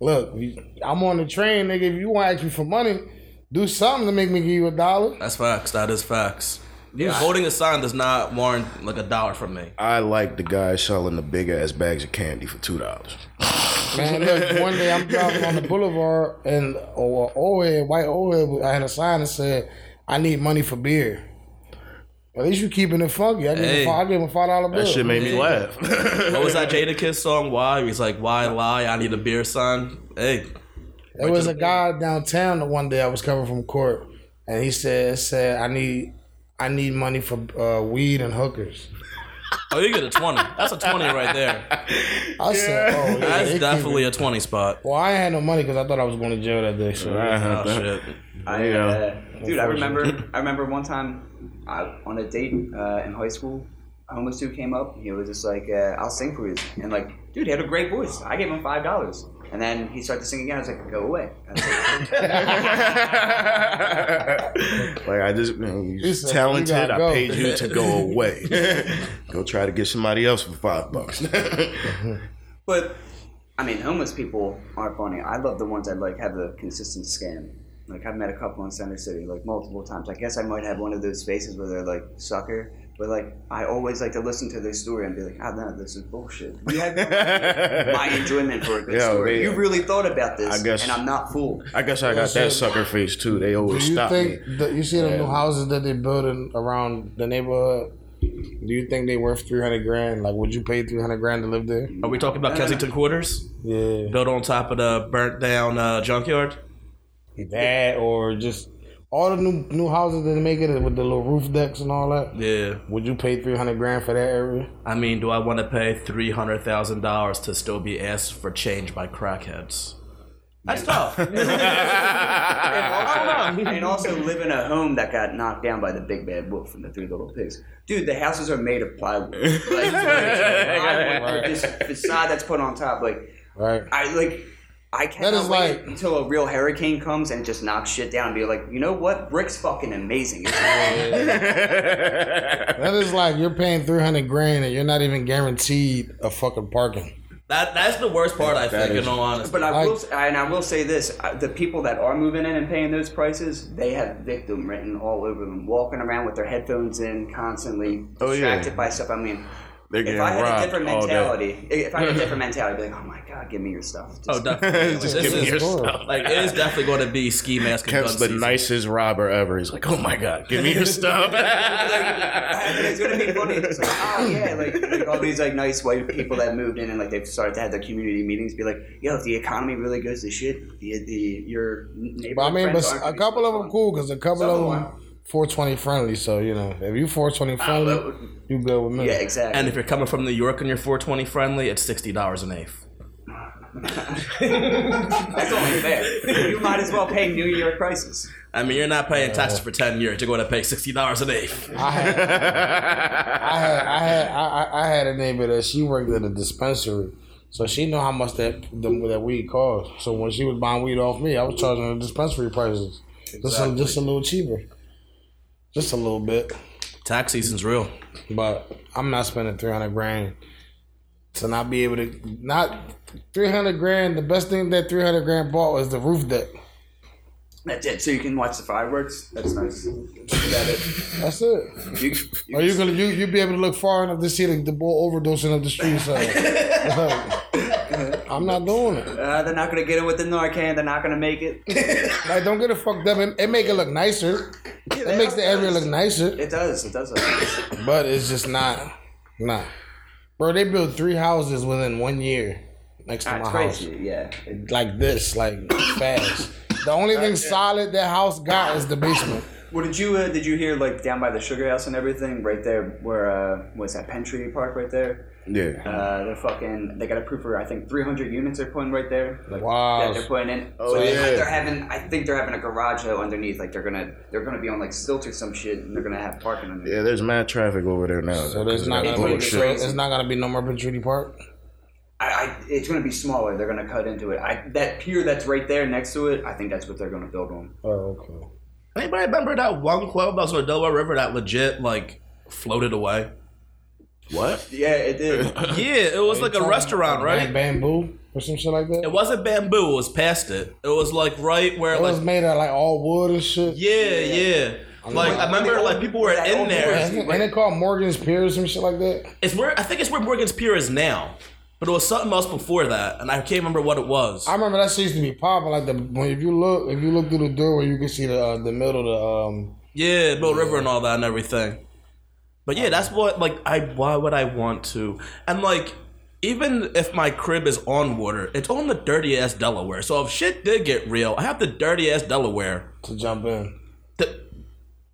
S3: look, we- I'm on the train, nigga. If you want to ask me for money, do something to make me give you a dollar.
S4: That's facts. That is facts. Holding a sign does not warrant like a dollar from me.
S2: I like the guy selling the big ass bags of candy for two dollars.
S3: Man, look, one day I'm driving on the boulevard and or overhead, white overhead, I had a sign that said, I need money for beer. At least you keeping it funky. I give
S4: Hey.
S3: him I give him a five dollar bill.
S2: That shit made me laugh.
S4: What was that Jada Kiss song? Why? He's like, why lie? I need a beer sign. Hey,
S3: There was a guy downtown the one day I was coming from court, and he said said I need I need money for uh, weed and hookers.
S4: oh, you get a twenty. That's a twenty right
S3: [laughs]
S4: there.
S3: I said, oh, yeah, they
S4: That's
S3: keep
S4: definitely
S3: it.
S4: a twenty spot.
S3: Well, I ain't had no money because I thought I was going to jail that day. So
S4: Oh shit.
S5: I,
S2: Yeah.
S5: uh, dude, I remember. I remember one time I, on a date uh, in high school. A homeless dude came up. and He was just like, uh, "I'll sing for you," and like, dude, he had a great voice. I gave him five dollars, and then he started to sing again. I was like, "Go away." I was like,
S2: like I just man,
S3: He
S2: you're
S3: said,
S2: talented.
S3: "You gotta
S2: I
S3: go."
S2: paid you to go
S3: [laughs]
S2: away. go try to get somebody else for five bucks.
S5: But I mean, homeless people are funny. I love the ones that like have a consistent scam. Like I've met a couple in Center City like multiple times. I guess I might have one of those faces where they're like sucker, but like I always like to listen to their story and be like, ah, no, this is bullshit. You have no idea my enjoyment for a good
S2: [laughs] Yeah,
S5: story.
S2: man.
S5: You really thought about this,
S2: I guess-
S5: and I'm not fooled.
S2: I guess I got that sucker face too. They
S3: Do
S2: always
S3: you
S2: stop me. [laughs]
S3: think that you see the new houses that they're building around the neighborhood? Do you think they worth three hundred grand? Like, would you pay three hundred grand to live there?
S4: Are we talking about Kensington Quarters?
S3: Yeah,
S4: Built on top of the burnt down uh, junkyard.
S3: that or just all the new new houses that they make it with the little roof decks and all that.
S4: Yeah.
S3: Would you pay three hundred grand for that area?
S4: I mean, do I want to pay three hundred thousand dollars to still be asked for change by crackheads? That's tough.
S5: [laughs] and also live in a home that got knocked down by the big bad wolf and the three little pigs. Dude, the houses are made of
S2: [laughs]
S5: plywood. Like, plywood with this facade that's put on top, like.
S3: Right.
S5: I like. I cannot
S3: is
S5: wait
S3: like-
S5: until a real hurricane comes and just knocks shit down and be like, you know what? Brick's fucking amazing. It's-
S3: That is like you're paying three hundred grand and you're not even guaranteed a fucking parking.
S4: [laughs] That that's the worst part. I think, in all honesty.
S5: But I
S3: I-
S5: will, s- and I will say this: uh, the people that are moving in and paying those prices, they have victim written all over them, walking around with their headphones in, constantly
S2: Oh, yeah.
S5: distracted by stuff. I mean,
S2: They're
S5: if
S2: getting
S5: I had a
S2: robbed
S5: different
S2: all day.
S5: mentality, if
S3: [laughs]
S5: I had a different mentality, I'd be like, oh my god, give me your stuff.
S4: [laughs]
S5: Just-
S4: oh,
S2: [laughs]
S4: definitely.
S2: Just
S4: This
S2: give me
S4: is-
S2: your stuff.
S3: horrible.
S4: Like it is definitely going to be ski mask and gun
S2: Kemp's the
S4: season.
S2: nicest robber ever. He's like, oh my god, give me your stuff.
S5: [laughs] it's gonna be funny. It's just like, oh yeah, like, like all these like nice white people that moved in and like they've started to have their community meetings. Be like, yo, if the economy really goes to shit, the, the your neighbor.
S3: But I mean, but a couple of them cool because a couple
S5: Some
S3: of
S5: of
S3: them 420 friendly. So you know, if you 420
S5: that
S3: friendly,
S5: would-
S3: you good with me.
S5: Yeah, exactly.
S4: And if you're coming from New York and you're 420 friendly, it's sixty dollars an eighth.
S5: That's only fair. [laughs] You might as well pay New York prices.
S4: I mean, you're not paying taxes for ten years. You're going to pay sixty dollars an eighth.
S3: I had, I had, I had, I, I- I had a neighbor that she worked at a dispensary, so she know how much that the, that weed cost. So when she was buying weed off me, I was charging the dispensary prices, just a, just a little cheaper, just a little bit.
S4: Tax season's real.
S3: But I'm not spending three hundred grand to not be able to not three hundred grand. The best thing that three hundred grand bought was the roof deck.
S5: That's it. So you can watch the fireworks. That's nice. That it.
S3: That's it.
S5: You,
S3: Are you gonna you you be able to look far enough to see the, the bull overdosing up the street side? Like, [laughs] I'm not doing it.
S5: uh, they're not gonna get it with the Narcan. They're not gonna make
S3: [laughs]
S5: it.
S3: Like don't get it fucked up. It, it make it look nicer. It makes the area
S5: [laughs]
S3: look nicer,
S5: It does. It does. look nice.
S3: but it's just not nah. Bro, they built three houses within one year next to
S5: That's
S3: my house.
S5: crazy. Yeah.
S3: Like this, like fast. The only thing solid that house got is the basement.
S5: Well, did you uh, did you hear like down by the sugar house and everything right there where uh, was that Pentry Park right there?
S2: yeah.
S5: Uh, they're fucking. They got approved for I think 300 units they're putting right there. [laughs] Like,
S3: Wow.
S5: That they're putting in.
S2: Oh,
S5: so
S2: yeah.
S5: They're, they're having. I think they're having a garage though underneath. Like they're gonna they're gonna be on like stilts or some shit, and they're gonna have parking underneath.
S2: Yeah, there's mad traffic over there now.
S3: So there's not
S5: That's
S3: gonna be,
S5: bullshit.
S3: so it's not gonna be no more Petrini Park.
S5: I, I, it's going to be smaller. They're going to cut into it. I, that pier that's right there next to it, I think that's what they're going to build on.
S3: Oh, okay.
S4: Anybody remember that one club that was on the Delaware River that legit like floated away?
S2: what?
S5: Yeah, it did.
S4: Yeah, it was like a restaurant,
S3: Bam-
S4: right?
S3: Bamboo or some shit like that.
S4: It wasn't bamboo. It was past it. It was like right where
S3: It was
S4: like
S3: made out of like all wood and shit.
S4: yeah, yeah. Like I remember like people were
S5: That
S4: in
S5: old
S4: there.
S3: Ain't it- ain't it called Morgan's Pier or some shit like that?
S4: It's where I think it's where Morgan's Pier is now, but it was something else before that, and I can't remember what it was.
S3: I remember that shit used to be popping. Like the when if you look if you look through the doorway, you can see the uh, the middle of the um.
S4: Yeah, Bill River and all that and everything. But yeah, that's what like I why would I want to? And like even if my crib is on water, it's on the dirty ass Delaware. So if shit did get real, I have the dirty ass Delaware
S3: To jump in,
S4: to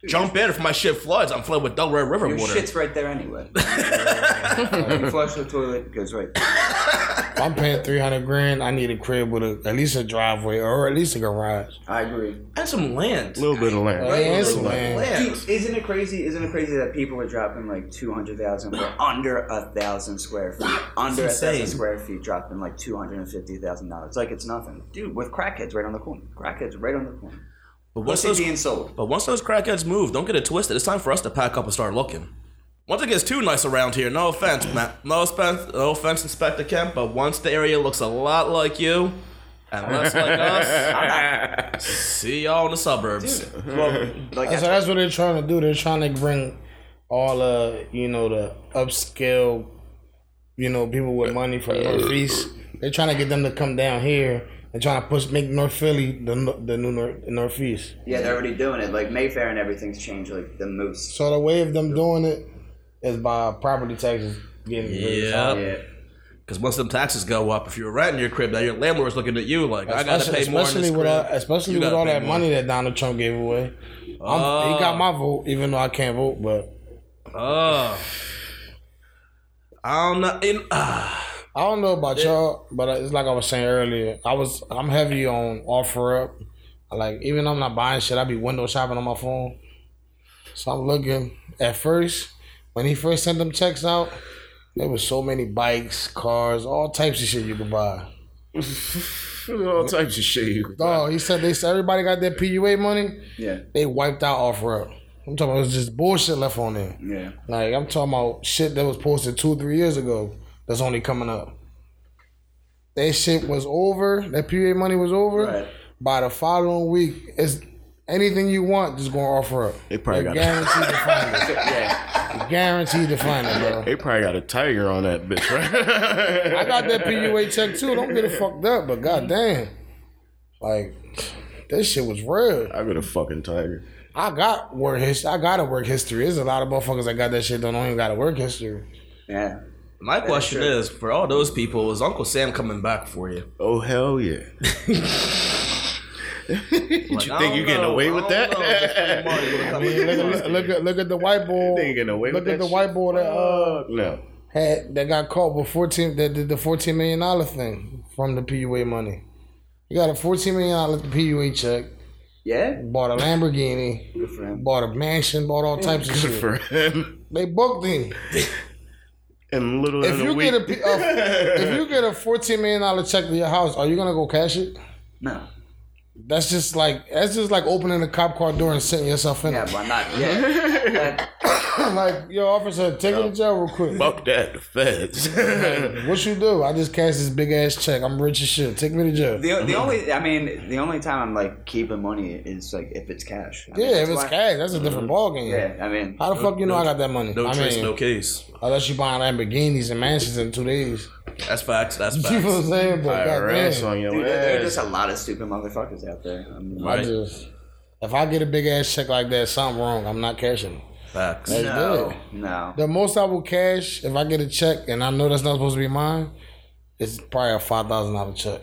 S4: jump in if my shit floods. I'm flooded with Delaware River
S5: Your
S4: water.
S5: shit's right there anyway. you flush the toilet, it goes right there.
S3: if I'm paying three hundred grand, I need a crib with a, at least a driveway or at least a garage.
S5: I agree.
S4: And some land.
S2: A little bit of land.
S3: Right, and some
S2: Land.
S3: land.
S5: Dude, isn't it crazy? Isn't it crazy that people are dropping like two hundred thousand or under a thousand square feet? Under a
S4: insane.
S5: thousand square feet, dropping like two hundred and fifty thousand dollars. Like it's nothing, dude. With crackheads right on the corner, crackheads right on the corner.
S4: But once
S5: What's it
S4: those
S5: being sold?
S4: but once those crackheads move, don't get it twisted. It's time for us to pack up and start looking. Once it gets too nice around here, no offense, Matt. No offense, no offense, Inspector Kemp, but once the area looks a lot like you and less like us,
S5: I'm not-
S4: see y'all in the suburbs.
S5: well, like
S3: [laughs] And so that's what they're trying to do. They're trying to bring all uh you know the upscale, you know people with money from Northeast. They're trying to get them to come down here and trying to push make North Philly the no- the new North, Northeast.
S5: Yeah, they're already doing it. Like Mayfair and everything's changed like the most.
S3: So the way of them doing it is by property taxes getting raised.
S4: Yeah.
S5: Yeah.
S4: Because once them taxes go up, if you're renting your crib, now your landlord's looking at you like, I gotta
S3: Especially,
S4: pay more. in
S3: especially
S4: this
S3: with all,
S4: crib.
S3: especially
S4: You
S3: with
S4: gotta
S3: all
S4: pay
S3: that
S4: more.
S3: money that Donald Trump gave away. I'm,
S4: Oh.
S3: He got my vote, even though I can't vote. But
S4: Oh. I don't know. In, [sighs] ah.
S3: I don't know about y'all, but it's like I was saying earlier. I was I'm heavy on offer up. Like even though I'm not buying shit, I be window shopping on my phone. So I'm looking. At first, when he first sent them checks out, there was so many bikes, cars, all types of shit you could buy.
S2: All types of shit. you could buy.
S3: Dog, he said they said everybody got their PUA money.
S5: Yeah.
S3: They wiped out offer up. I'm talking about it was just bullshit left on there.
S5: Yeah.
S3: Like I'm talking about shit that was posted two, three years ago that's only coming up. That shit was over. That PA money was over.
S5: Right.
S3: By the following week, it's anything you want, just gonna offer up.
S2: They probably
S3: You're
S2: got a-
S3: guaranteed to
S2: [laughs]
S3: find it.
S5: yeah.
S3: You're guaranteed to find it, bro.
S2: They probably got a tiger on that bitch, [laughs] right?
S3: I got that PUA check too. Don't get it fucked up, but goddamn, like this shit was real.
S2: I got a fucking tiger.
S3: I got work history. I got a work history. There's a lot of motherfuckers that got that shit. Don't even got a work history.
S5: Yeah.
S4: My question
S5: true.
S4: is, for all those people, is Uncle Sam coming back for you?
S2: Oh hell yeah!
S4: Like, I
S2: think
S4: don't
S2: you getting
S4: know,
S2: away
S4: I
S2: with
S4: don't
S2: that?
S4: know if this kind of
S3: [laughs]
S4: money would've come in.
S3: Look, at- look at look at the white boy.
S2: They ain't getting away
S3: Look
S2: with
S3: at
S2: that
S3: the white boy that
S2: [laughs]
S3: uh
S2: Fuck no.
S3: had that got caught with fourteen that did the fourteen million dollar thing from the PUA money. He got a fourteen million dollar PUA check.
S5: Yeah.
S3: Bought a Lamborghini.
S5: Good for him.
S3: Bought a mansion. Bought all types of
S2: Good [laughs]
S3: shit.
S2: for him.
S3: They booked him.
S2: And little
S3: if
S2: in a
S3: you
S2: week.
S3: get a, P-
S2: [laughs]
S3: a if you get a fourteen million dollar check to your house, are you gonna go cash it?
S5: No.
S3: That's just like that's just like opening the cop car door and sitting yourself in.
S5: Yeah,
S3: it.
S5: why not? Yeah. That-
S3: [clears throat] like yo, officer, take it to jail real quick.
S2: Fuck that, the [laughs] feds.
S3: What you do? I just cashed this big ass check. I'm rich as shit. Take me to jail.
S5: the, the only I mean the only time I'm like keeping money is like if it's cash. I mean,
S3: yeah, if
S5: that's
S3: it's
S5: why-
S3: cash, that's a different ballgame.
S5: Yeah, I mean
S3: How the fuck you know I got that money?
S4: Mm-hmm. No
S3: I
S4: trace,
S3: mean,
S4: no case.
S3: unless you buying Lamborghinis and mansions in two days. [laughs]
S4: That's facts. That's
S3: You know what I'm
S4: facts.
S3: saying? But
S2: IRS
S3: goddamn,
S2: on your
S5: dude, there, there are
S2: ass.
S5: just a lot of stupid motherfuckers out there. I mean,
S3: I just if I get a big ass check like that, something wrong. I'm not cashing. it.
S4: Facts.
S3: That's good.
S5: no, no.
S3: The most I will cash if I get a check and I know that's not supposed to be mine, it's probably a five thousand dollar check.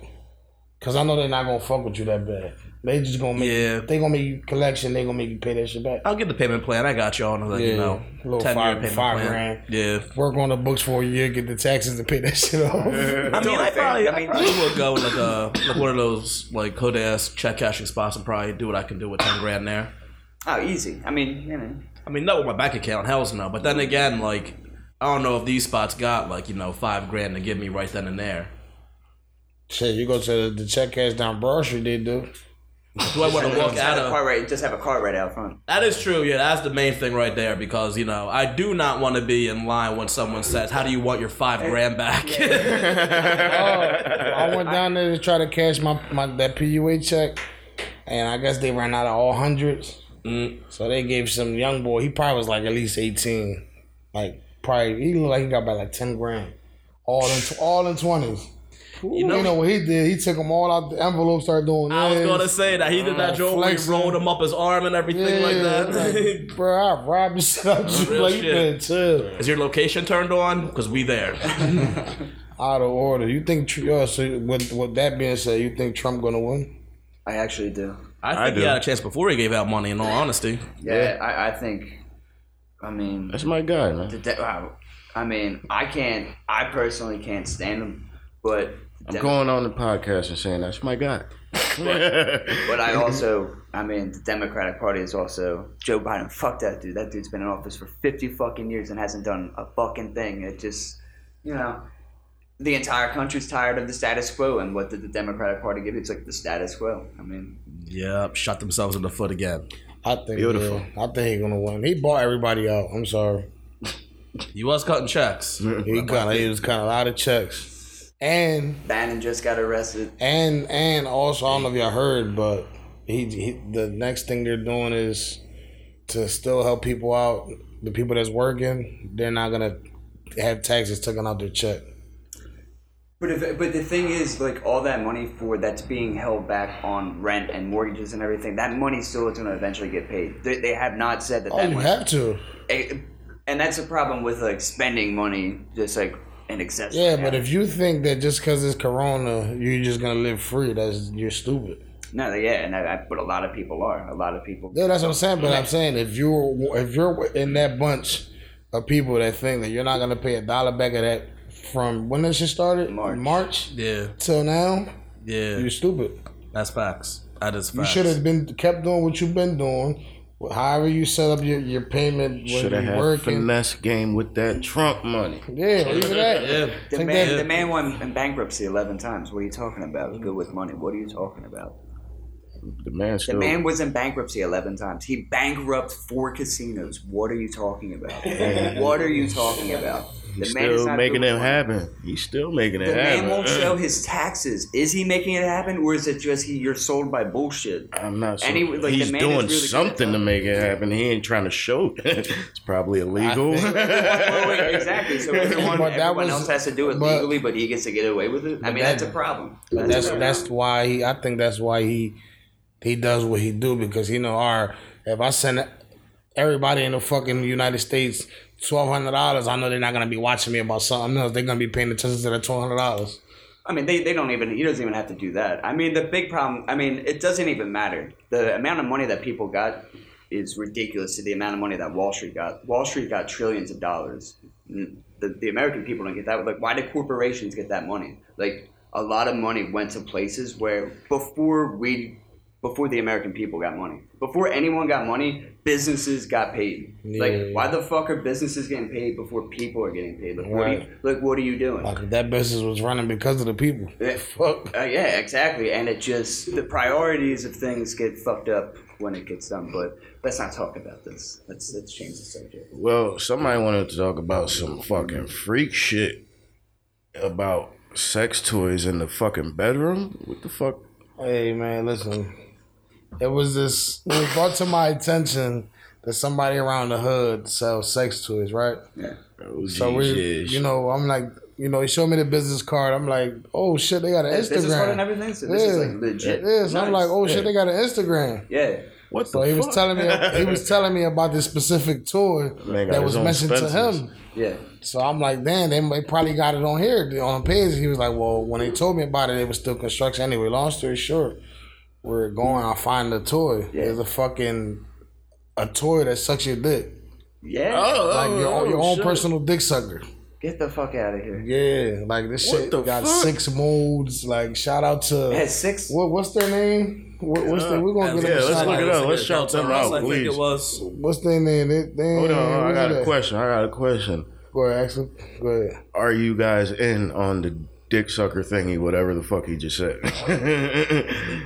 S3: Cause I know they're not gonna fuck with you that bad. They just gonna make
S4: Yeah.
S3: they gonna make you collection. They gonna make you pay that shit back.
S4: I'll get the payment plan. I got y'all on the
S3: Yeah.
S4: you know
S3: Little
S4: ten
S3: five-
S4: year payment
S3: five
S4: plan.
S3: grand.
S4: Yeah.
S3: Work on the books for a year, get the taxes to pay that [laughs] shit off.
S4: I mean, I
S5: Don't
S4: probably,
S5: think- I
S4: I
S5: mean-
S4: probably would go in like a like one of those like hood ass check cashing spots and probably do what I can do with ten grand there.
S5: Oh, easy. I mean, you know.
S4: I mean, not with my bank account, hell's no. But then again, like I don't know if these spots got like you know five grand to give me right then and there.
S3: shit, you go to the check cash down Broad Street, they do.
S4: Do I want to walk
S5: Just
S4: out
S5: have a
S4: of?
S5: car right, just have a car right out front.
S4: That is true. Yeah, that's the main thing right there because you know I do not want to be in line when someone says, "How do you want your five grand back?"
S3: I went down there to try to cash my, my that PUA check, and I guess they ran out of all hundreds.
S4: Mm.
S3: So they gave some young boy. He probably was like at least eighteen, like probably he looked like he got about like ten grand, all in tw- all in twenties. You know,
S4: know-
S3: what he did? He took them all out the envelope, started doing.
S4: [laughs] I was
S3: this.
S4: gonna say that he did
S5: Ah,
S4: that joke where he
S3: flexing.
S4: rolled him up his arm and everything like that. [laughs]
S3: like, [laughs] bro, I robbed the shit out you
S4: Real
S3: like
S4: shit.
S3: that too.
S4: Is your location turned on? Because we there.
S3: Out of order. You think? Tr- yo, so with with that being said, you think Trump gonna win?
S5: I actually do.
S4: I think
S2: do.
S4: he had a chance before he gave out money. In all honesty,
S5: Yeah, I, I think. I mean,
S2: That's my guy, man.
S5: the de- wow. I mean, I can't. I personally can't stand them, but
S2: I'm going on the podcast and saying that's my guy. [laughs]
S5: but I also, I mean, the Democratic Party is also Joe Biden. Fuck that dude. That dude's been in office for fifty fucking years and hasn't done a fucking thing. It just, you know, the entire country's tired of the status quo. And what did the Democratic Party give you? It's like the status quo. I mean,
S4: yeah, shot themselves in the foot again.
S3: I think
S2: Beautiful.
S3: yeah. I think he's gonna win. He bought everybody out. I'm sorry.
S4: He was cutting
S5: [laughs]
S4: checks.
S3: He kind of he was kind of a lot of checks, and
S5: Bannon just got arrested.
S3: and and also I don't know if y'all heard, but he, he the next thing they're doing is to still help people out. The people that's working, they're not gonna have taxes taken out their check.
S5: But if, but the thing is, like all that money for that's being held back on rent and mortgages and everything, that money still is going to eventually get paid. They, they have not said that.
S3: Oh,
S5: that
S3: you
S5: money,
S3: have to.
S5: Eh, and that's a problem with like spending money just like in excess.
S3: Yeah, but if you think that just because it's Corona, you're just gonna live free, that's you're stupid.
S5: no, yeah, and I, I, but a lot of people are. A lot of people.
S3: Yeah, that's what I'm saying. But I'm saying if you're if you're in that bunch of people that think that you're not gonna pay a dollar back of that from when this shit started,
S5: March.
S4: Yeah,
S3: till now,
S4: yeah,
S3: you're stupid.
S4: that's facts. That is
S3: You
S4: facts.
S3: should have been kept doing what you've been doing. However, you set up your, your payment
S2: Should
S3: when
S2: have
S3: you're
S2: had
S3: working.
S2: finesse game with that Trump money.
S3: Yeah, look at that.
S4: Yeah.
S5: The
S3: Take
S5: man,
S3: that-
S5: the man went in bankruptcy eleven times. What are you talking about? Good with money. What are you talking about?
S2: The man
S5: The
S2: still.
S5: man was in bankruptcy eleven times. He
S2: [laughs]
S5: bankrupt four casinos. What are you talking about? what are you talking about?
S2: He's
S5: man is
S2: still
S5: not
S2: making
S5: doing
S2: it
S5: it.
S2: happen. He's still making it
S5: The
S2: happen. Uh,
S5: man won't show his taxes. Is he making it happen, or is it just he, you're sold by bullshit?
S2: I'm not sure.
S5: And he- like, the
S2: He's
S5: man is
S2: doing
S5: really good at
S2: something to
S5: something.
S2: make it happen. He ain't trying to show. [laughs] it's probably illegal.
S5: Well, wait, exactly.
S3: [laughs]
S5: So everyone,
S3: But that
S5: everyone
S3: was-
S5: else has to do it
S3: but-
S5: legally, but he gets to get away with it. I mean,
S3: that-
S5: that's a problem.
S3: That's
S5: a
S3: that's why he, I think that's why he he does what he do because he know all right, if I send everybody in the fucking United States twelve hundred dollars, I know they're not gonna be watching me about something else. They're gonna be paying attention to that twelve hundred dollars.
S5: I mean, they, they don't even, he doesn't even have to do that. I mean, the big problem, I mean, it doesn't even matter. The amount of money that people got is ridiculous to the amount of money that Wall Street got. Wall Street got trillions of dollars. N- The, the American people don't get that. Like, why do corporations get that money? Like, a lot of money went to places where before we, before the American people got money, before anyone got money, businesses got paid. Like,
S3: Yeah.
S5: why the fuck are businesses getting paid before people are getting paid? Like, what, are you,
S3: Right.
S5: like, what are you doing?
S3: Like that business was running because of the people.
S5: Yeah.
S3: Fuck.
S5: Uh, yeah, exactly. And it just the priorities of things get fucked up when it gets done. But let's not talk about this. Let's let's change the subject.
S2: [laughs] well, somebody wanted to talk about some fucking freak shit about sex toys in the fucking bedroom. What the fuck?
S3: Hey man, listen. It was this. It was brought to my attention that somebody around the hood sells sex toys, right?
S2: Oh,
S3: So we,
S2: Jesus.
S3: you know, I'm like, you know, he showed me the business card. I'm like, oh shit, they got an
S5: This is hard and
S3: Instagram.
S5: everything. So this is
S3: Yeah.
S5: like legit.
S3: Yes, I'm like,
S5: Nice.
S3: oh shit, they got an Instagram.
S5: yeah.
S2: what the
S3: So he was
S2: fuck?
S3: telling me, he was telling me about this specific toy
S2: Man got
S3: that
S2: his
S3: was
S2: own
S3: mentioned to
S2: Spencers.
S3: him.
S5: Yeah,
S3: So I'm like, damn, they, they probably got it on here on the page. He was like, well, when they told me about it, it was still construction. Anyway, long story short, we're going. I find the toy.
S5: Yeah.
S3: There's a fucking a toy that sucks your dick,
S5: yeah.
S2: Oh,
S3: like your,
S2: oh,
S3: own your own
S2: shit.
S3: personal dick sucker.
S5: Get the fuck out of here.
S3: Yeah, like this
S2: What
S3: shit
S2: the
S3: got
S2: fuck?
S3: six modes. Like shout out to
S5: It has six.
S3: what? What's their name? What, what's their, we're gonna
S4: Yeah,
S3: get them a
S2: Yeah, let's
S3: shout
S2: look
S3: out.
S2: it up. Let's
S4: shout
S2: shout them out,
S4: I think
S2: please.
S4: it was.
S3: What's their name? They, they,
S2: [laughs] Hold on, hold on, I
S3: [laughs] what's
S2: got a
S3: that?
S2: question. I got a question.
S3: Go ahead, Axel. Go ahead.
S2: Are you guys in on the dick sucker thingy, whatever the fuck he just said?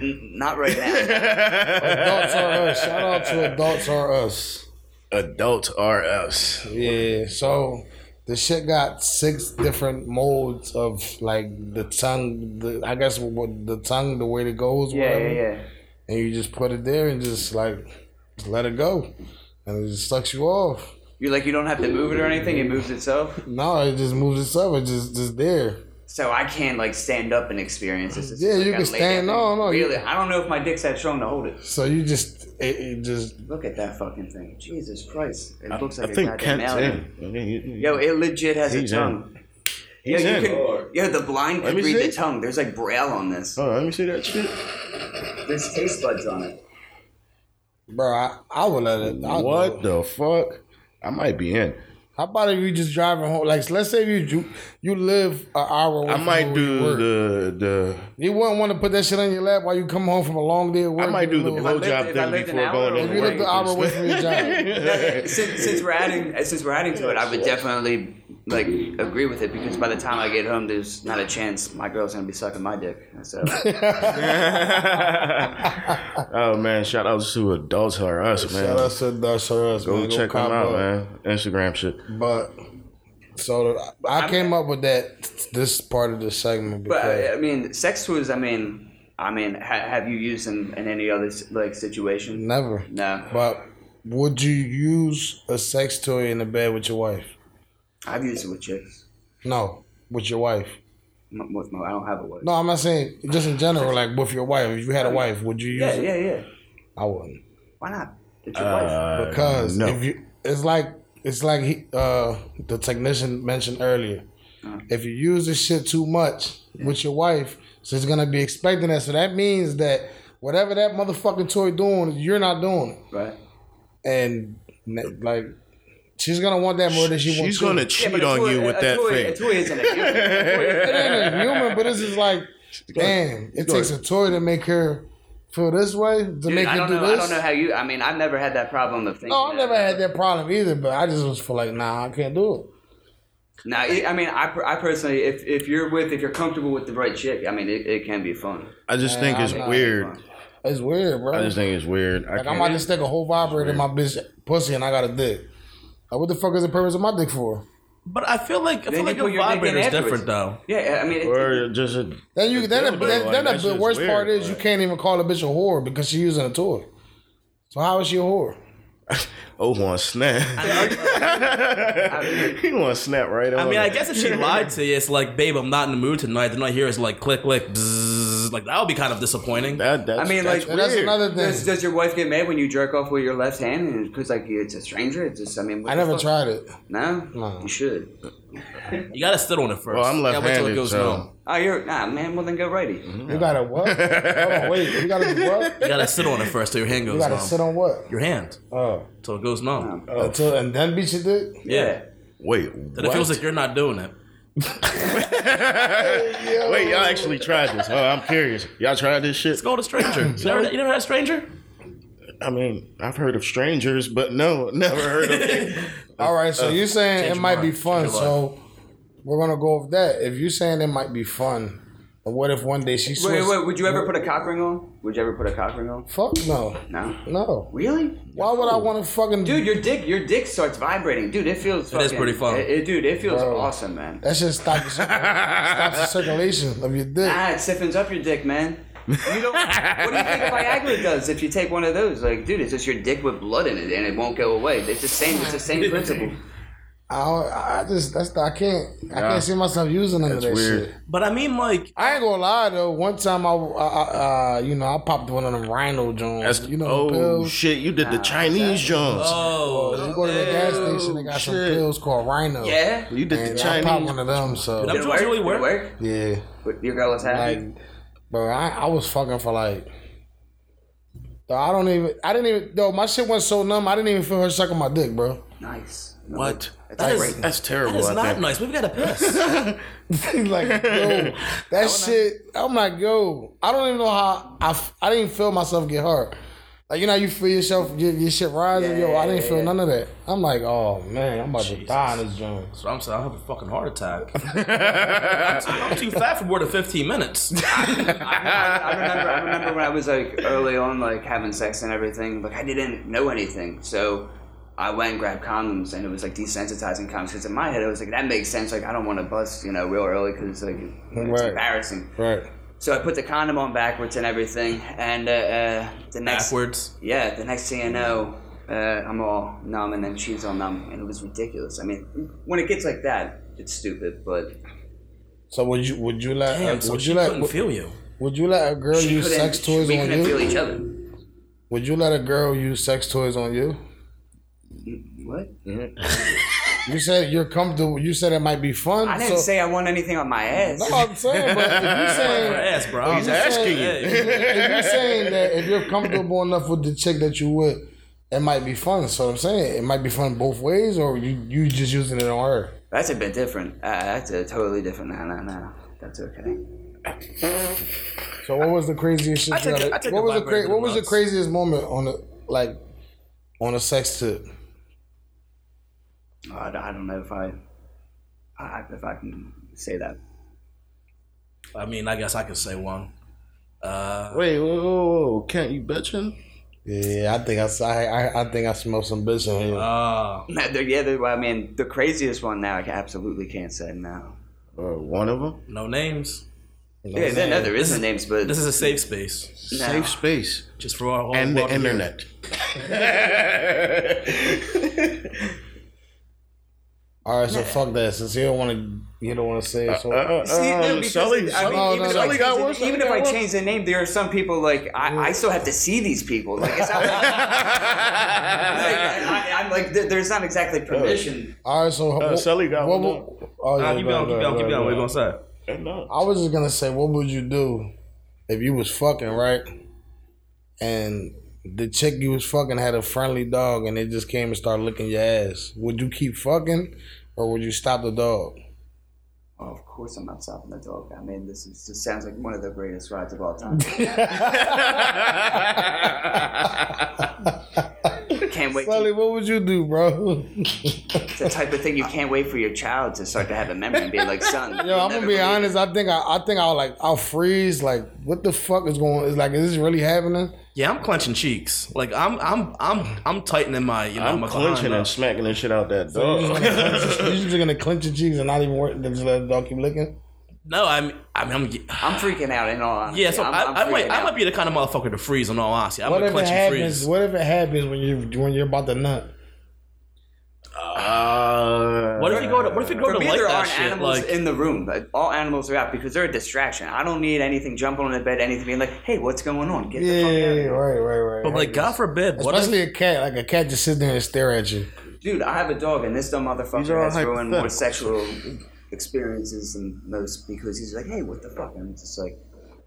S5: Not right
S3: [laughs]
S5: now.
S3: Adults are us. Shout out to adults are us.
S2: Adults are us.
S3: Yeah. So the shit got six different modes of like the tongue. The, I guess what the tongue, the way it goes.
S5: yeah,
S3: whatever.
S5: yeah, yeah.
S3: And you just put it there and just like just let it go, and it just sucks you off.
S5: You're like you don't have to move it or anything. It moves itself.
S3: No, it just moves itself. It's just just there.
S5: So I can't like stand up and experience this. It's
S3: Yeah,
S5: like
S3: you
S5: I
S3: can
S5: lay
S3: stand-
S5: down and
S3: no, no, you-
S5: Really, I don't know if my dick's that strong to hold it.
S3: So you just it, it just
S5: Look at that fucking thing. Jesus Christ! It looks like
S2: I
S5: a
S2: think
S5: goddamn
S2: Kent's
S5: alien.
S2: in.
S5: Yo, it legit has
S2: He's
S5: a
S2: in.
S5: tongue.
S2: He's
S5: yeah,
S2: in.
S5: you can. Yeah, the blind
S2: Let
S5: can
S2: me
S5: read
S2: see.
S5: the tongue. There's like braille on this.
S2: Hold on, let me see that shit.
S5: There's taste buds
S2: [laughs]
S5: on it.
S3: bro, I, I would let it. I'd
S2: What
S3: do it.
S2: the fuck? I might be in.
S3: How about if you just driving home? Like, let's say you you, you live an hour. Away
S2: I
S3: from
S2: might
S3: where
S2: do
S3: you work.
S2: the the.
S3: You wouldn't want to put that shit on your lap while you come home from a long day of work.
S2: I might do the
S3: You
S5: I
S3: know,
S5: lived-
S2: blowjob
S5: if I
S2: thing
S5: lived an
S2: before
S5: hour
S2: going
S5: away-
S2: to
S3: You live
S2: work.
S3: the hour away from your job.
S5: since, since we're adding, uh, since we're adding to it, I would definitely like agree with it because by the time I get home, there's not a chance my girl's gonna be sucking my dick.
S2: [laughs]
S5: So
S2: oh man, shout out to adults are us, man.
S3: [laughs] Shout out to Dutch us,
S2: Go
S3: man.
S2: check them
S3: cop
S2: out,
S3: up.
S2: man. Instagram shit.
S3: But so I came up with that this part of the segment
S5: But uh,
S3: because
S5: I I mean, sex toys. I mean, I mean, ha- have you used them in any other like situation?
S3: never.
S5: No,
S3: But would you use a sex toy in the bed with your wife?
S5: I've used it with chicks.
S3: No, with your wife.
S5: M- With my, I don't have a wife.
S3: No, I'm not saying just in general, like with your wife. If you had a wife, would you use
S5: Yeah,
S3: it?
S5: yeah, yeah.
S3: I wouldn't.
S5: Why not? It's your wife.
S2: Uh,
S3: Because
S2: no.
S3: if you, it's like it's like he, uh, the technician mentioned earlier.
S5: Uh-huh.
S3: If you use this shit too much with your wife, she's gonna be expecting that. So that means that whatever that motherfucking toy doing, you're not doing it.
S5: Right.
S3: and ne- like she's gonna want that more than she wants.
S2: She's
S3: you.
S2: gonna
S5: Yeah,
S2: cheat
S5: but a
S2: on
S5: toy-
S2: you
S5: a-
S2: with
S3: uh,
S5: a
S2: that
S5: toy,
S2: thing.
S5: A toy isn't a
S2: [laughs]
S5: human. A toy-
S3: It ain't a human, but this is like, damn, it takes a toy to make her feel this way to make
S5: Dude, I
S3: her
S5: don't
S3: do
S5: know. I
S3: this.
S5: don't know how you. I mean, I've never had that problem of thinking.
S3: no, I never had that problem either, but I just was feel like, nah, I can't do it.
S5: No, I I mean, I, per- I personally, if, if you're with, if you're comfortable with the right chick, I mean, it, it can be fun.
S2: I just think
S3: I'm
S2: it's
S3: not-
S2: weird.
S3: It's weird, bro.
S2: I just think it's weird. I
S3: like I'm about to
S2: can't-
S3: stick a whole vibrator in my bitch pussy and I got a dick. Like, what the fuck is the purpose of my dick for?
S4: But I feel like I feel
S5: you
S4: like
S5: put
S4: a
S5: your dick in
S4: vibrator is
S5: afterwards.
S4: different though.
S5: Yeah, I mean, it,
S2: Or just a,
S3: Then you then,
S2: dildo,
S3: the, then,
S2: like,
S3: then
S2: that
S3: the
S2: shit's
S3: worst
S2: weird,
S3: part is you
S2: like-
S3: can't even call a bitch a whore because she's using a toy. So how is she a whore?
S2: oh on snap. [laughs] he want snap right
S4: I mean, I guess if she lied to you, it's like, babe, I'm not in the mood tonight. Then I hear it's like click, click, bzzz. like that would be kind of disappointing.
S2: that. That's,
S5: I mean,
S2: that's
S5: like-
S3: And
S2: weird.
S3: that's another thing.
S5: does, does your wife get mad when you jerk off with your left hand? Because like it's a stranger. It's just I mean, what
S3: I
S5: the
S3: never
S5: fuck?
S3: tried it.
S5: No,
S3: No.
S5: you should.
S4: You gotta sit on it first.
S2: Well, I'm
S4: You gotta wait till
S2: left-handed,
S4: it goes
S2: so-
S4: numb.
S5: Oh, you're nah, man. Well, then go righty.
S3: You gotta
S2: [laughs]
S3: what? Hold on, wait. You gotta do what?
S4: You gotta sit on it first till your hand goes
S3: You gotta
S4: numb.
S3: sit on what?
S4: your hand
S3: Oh,
S4: till it goes numb.
S3: until and then beat your dick.
S4: Yeah.
S2: wait,
S4: Then it feels like you're not doing it.
S2: wait, y'all actually tried this? Oh, I'm curious. Y'all tried this shit?
S4: Go to stranger. you, never, you never had a stranger?
S2: I mean, I've heard of strangers, but no, never heard
S3: [laughs]
S2: of. it.
S3: All right, so you're saying
S4: change
S3: it
S4: your
S3: might be
S4: mind,
S3: fun,
S4: change your
S3: so we're gonna go with that. If you're saying it might be fun, but what if one day she
S5: Wait,
S3: switches?
S5: wait, would you ever put a cock ring on? Would you ever put a cock ring on?
S3: Fuck no,
S5: No.
S3: no.
S5: Really?
S3: Why would I want to fucking?
S5: Dude, your dick, your dick starts vibrating. Dude, it feels.
S4: It is
S5: fucking-
S4: pretty fun.
S5: It, it- dude, it feels
S3: Bro.
S5: awesome, man.
S3: that shit stops the, circul-
S2: [laughs]
S3: stops the circulation of your dick.
S5: Ah, it stiffens up your dick, man. You don't. what do you think Viagra does if you take one of those? Like, dude, it's just your dick with blood in it, and it won't go away. It's the same. It's
S4: [laughs]
S5: the same principle.
S3: I, don't- I just that's the, I can't I
S2: Nah.
S3: can't see myself using none of
S2: That's
S3: that
S2: weird.
S3: shit.
S4: But I mean, like,
S3: I ain't gonna lie though. One time I, I, I uh, you know I popped one of them rhino joints.
S2: That's
S3: You know
S2: oh
S3: the pills. Uh,
S2: shit, you did the Chinese Jones.
S4: oh,
S3: you go to the gas station, they got some
S2: shit.
S3: pills called rhino.
S5: Yeah.
S2: you did
S3: And
S2: the
S3: I popped
S2: Chinese.
S3: one of them. So
S4: Did
S5: Did it
S4: Them
S5: work?
S4: joints really
S5: Did
S4: work?
S5: it work?
S3: yeah,
S5: But Your girl was happy.
S3: like, bro, I, I was fucking for like. Though I don't even. I didn't even. Though my shit went so numb, I didn't even feel her sucking my dick, bro. [laughs]
S5: nice.
S2: What?
S5: That's great.
S2: That's terrible.
S4: that is
S2: I
S4: not
S2: think.
S4: nice. We've got to piss.
S3: [laughs] like yo, that shit. I'm like yo. I don't even know how I. f- I didn't feel myself get hurt. Like you know, how you feel yourself your, your shit rising. yo, I didn't feel none of that. I'm like, oh man, I'm about to die in this joint.
S4: So I'm saying, I'll have a fucking
S2: [laughs]
S4: heart attack. I'm, too, I'm too fat for more than 15 minutes.
S3: [laughs]
S5: I remember, I remember when I was like early on, like having sex and everything. Like I didn't know anything, so I went and grabbed condoms, and it was like desensitizing condoms. Because in my head, I was like, that makes sense. Like I don't want to bust, you know, real early because it's like it's
S3: Right.
S5: embarrassing.
S3: Right.
S5: So I put the condom on backwards and everything, and uh, uh, the next,
S4: Backwards.
S5: yeah, the next thing I know, uh, I'm all numb, and then she's all numb, and it was ridiculous. I mean, when it gets like that, it's stupid, but
S3: So would you would you let
S4: Damn, so
S3: would
S4: she
S3: you let
S4: couldn't
S3: would,
S4: feel you.
S3: would you let a girl
S5: she
S3: use
S5: couldn't-
S3: sex toys
S5: we
S3: on
S5: couldn't feel
S3: you?
S5: each other.
S3: Would you let a girl use sex toys on you?
S5: What?
S3: You said you're comfortable. You said it might be fun.
S5: I didn't
S3: so-
S5: say I want anything on my ass.
S3: No, I'm saying, but
S4: [laughs]
S3: if you
S4: Her
S3: saying
S4: ass, bro.
S2: He's asking you.
S3: if you're saying that if you're comfortable enough with the chick that you with, it might be fun. So I'm saying it might be fun both ways, or you you just using it on her.
S5: That's a bit different. Uh, that's a totally different. No, no, no. That's okay.
S3: So what was the craziest shit?
S4: I
S3: you
S4: take
S3: had?
S4: a- I take
S3: what
S4: a
S3: was the
S4: vibrator
S3: cra- what was the
S4: nuts.
S3: craziest moment on the like on a sex tip?
S5: Oh, I don't- I don't know if I, I, if I can say that.
S4: I mean, I guess I could say one. Uh,
S2: Wait, whoa, whoa, whoa, can't you bitchin'?
S3: Yeah, I think I s- I I- I think I smell some bitch on here.
S4: uh,
S5: No, the- yeah, the, I mean, the craziest one now, I ca- absolutely can't say no.
S2: Or Uh, one of them?
S4: no names.
S3: You know what
S5: Yeah,
S3: I'm
S5: no,
S3: saying?
S5: no, there is no names, but
S4: This is a safe space.
S5: no.
S2: Safe space
S4: Just for all
S2: and
S4: all
S2: the
S4: of you.
S5: [laughs]
S2: internet.
S3: All right, so fuck that. Since you don't want to, you don't want to say it. So
S4: Uh,
S5: See, no,
S2: Um,
S5: because
S2: Sully,
S5: I
S2: Sully,
S5: mean, even if
S3: no,
S5: I-
S2: Sully got one.
S5: even
S2: Sully
S5: if I
S2: got one.
S4: [laughs]
S5: change the name, there are some people like I, I still have to see these people. Like, it's not like, like I, I'm like, there- there's not exactly permission.
S3: all right, so
S4: Uh,
S3: what-
S2: Sully got
S3: what
S2: one
S3: would- Oh, yeah,
S4: Nah, keep
S3: go
S4: going,
S3: ahead,
S4: keep
S3: go
S4: going, keep going.
S3: ahead,
S4: What
S3: go ahead.
S4: you gonna say?
S2: No.
S3: I was just gonna say, what would you do if you was fucking right, and the chick you was fucking had a friendly dog, and they just came and started licking your ass? Would you keep fucking, or would you stop the dog?
S5: Oh, of course, I'm not stopping the dog. I mean, this is, just sounds like one of the greatest rides of all
S3: [laughs]
S5: time. Can't wait wait.
S3: Slowly, what would you do, bro? [laughs]
S5: It's the type of thing you can't wait for your child to start to have a memory and be like, son.
S3: [laughs] Yo, I'm gonna be honest. I think I, I think I'll like I'll freeze. Like, what the fuck is going? Is like, is this really happening?
S4: Yeah, I'm clenching cheeks. Like I'm, I'm, I'm, I'm tightening my, you
S2: [laughs]
S4: know,
S2: I'm
S4: my
S2: clenching
S4: behind
S2: and
S4: up.
S2: smacking the shit out
S4: [laughs]
S2: that
S3: You're
S2: dog.
S3: just gonna- you're just gonna clench your cheeks and not even work. Just let the dog keep licking.
S4: No, I'm, I'm, I'm
S5: I'm freaking out in all honesty.
S4: [sighs] yeah. So
S5: I'm,
S4: i
S5: I'm
S4: I, might,
S5: freaking
S4: I
S5: out.
S4: might be the kind of motherfucker to freeze. In all honesty, I'm
S3: What
S4: gonna
S3: if it
S4: clench and
S3: happens?
S4: freeze.
S3: What if it happens when you when you're about to nut?
S2: Uh,
S4: What if you go to, what if you go
S5: For
S4: to
S5: me,
S4: like
S5: there
S4: that
S5: aren't
S4: shit?
S5: animals
S4: Like,
S5: in the room. Like, all animals are out because they're a distraction. I don't need anything jumping on the bed, anything being like, hey, what's going on? Get
S3: Yeah,
S5: the fuck out.
S3: right, right, right.
S4: but
S3: right.
S4: like, God forbid, what if
S3: Especially a cat. Like a cat just sit there and stare at you.
S5: Dude, I have a dog, and this dumb
S2: These are
S5: motherfucker
S2: all
S5: has ruined more
S2: hypotheticals.
S5: sexual experiences than most because he's like, hey, what the fuck? And it's just like,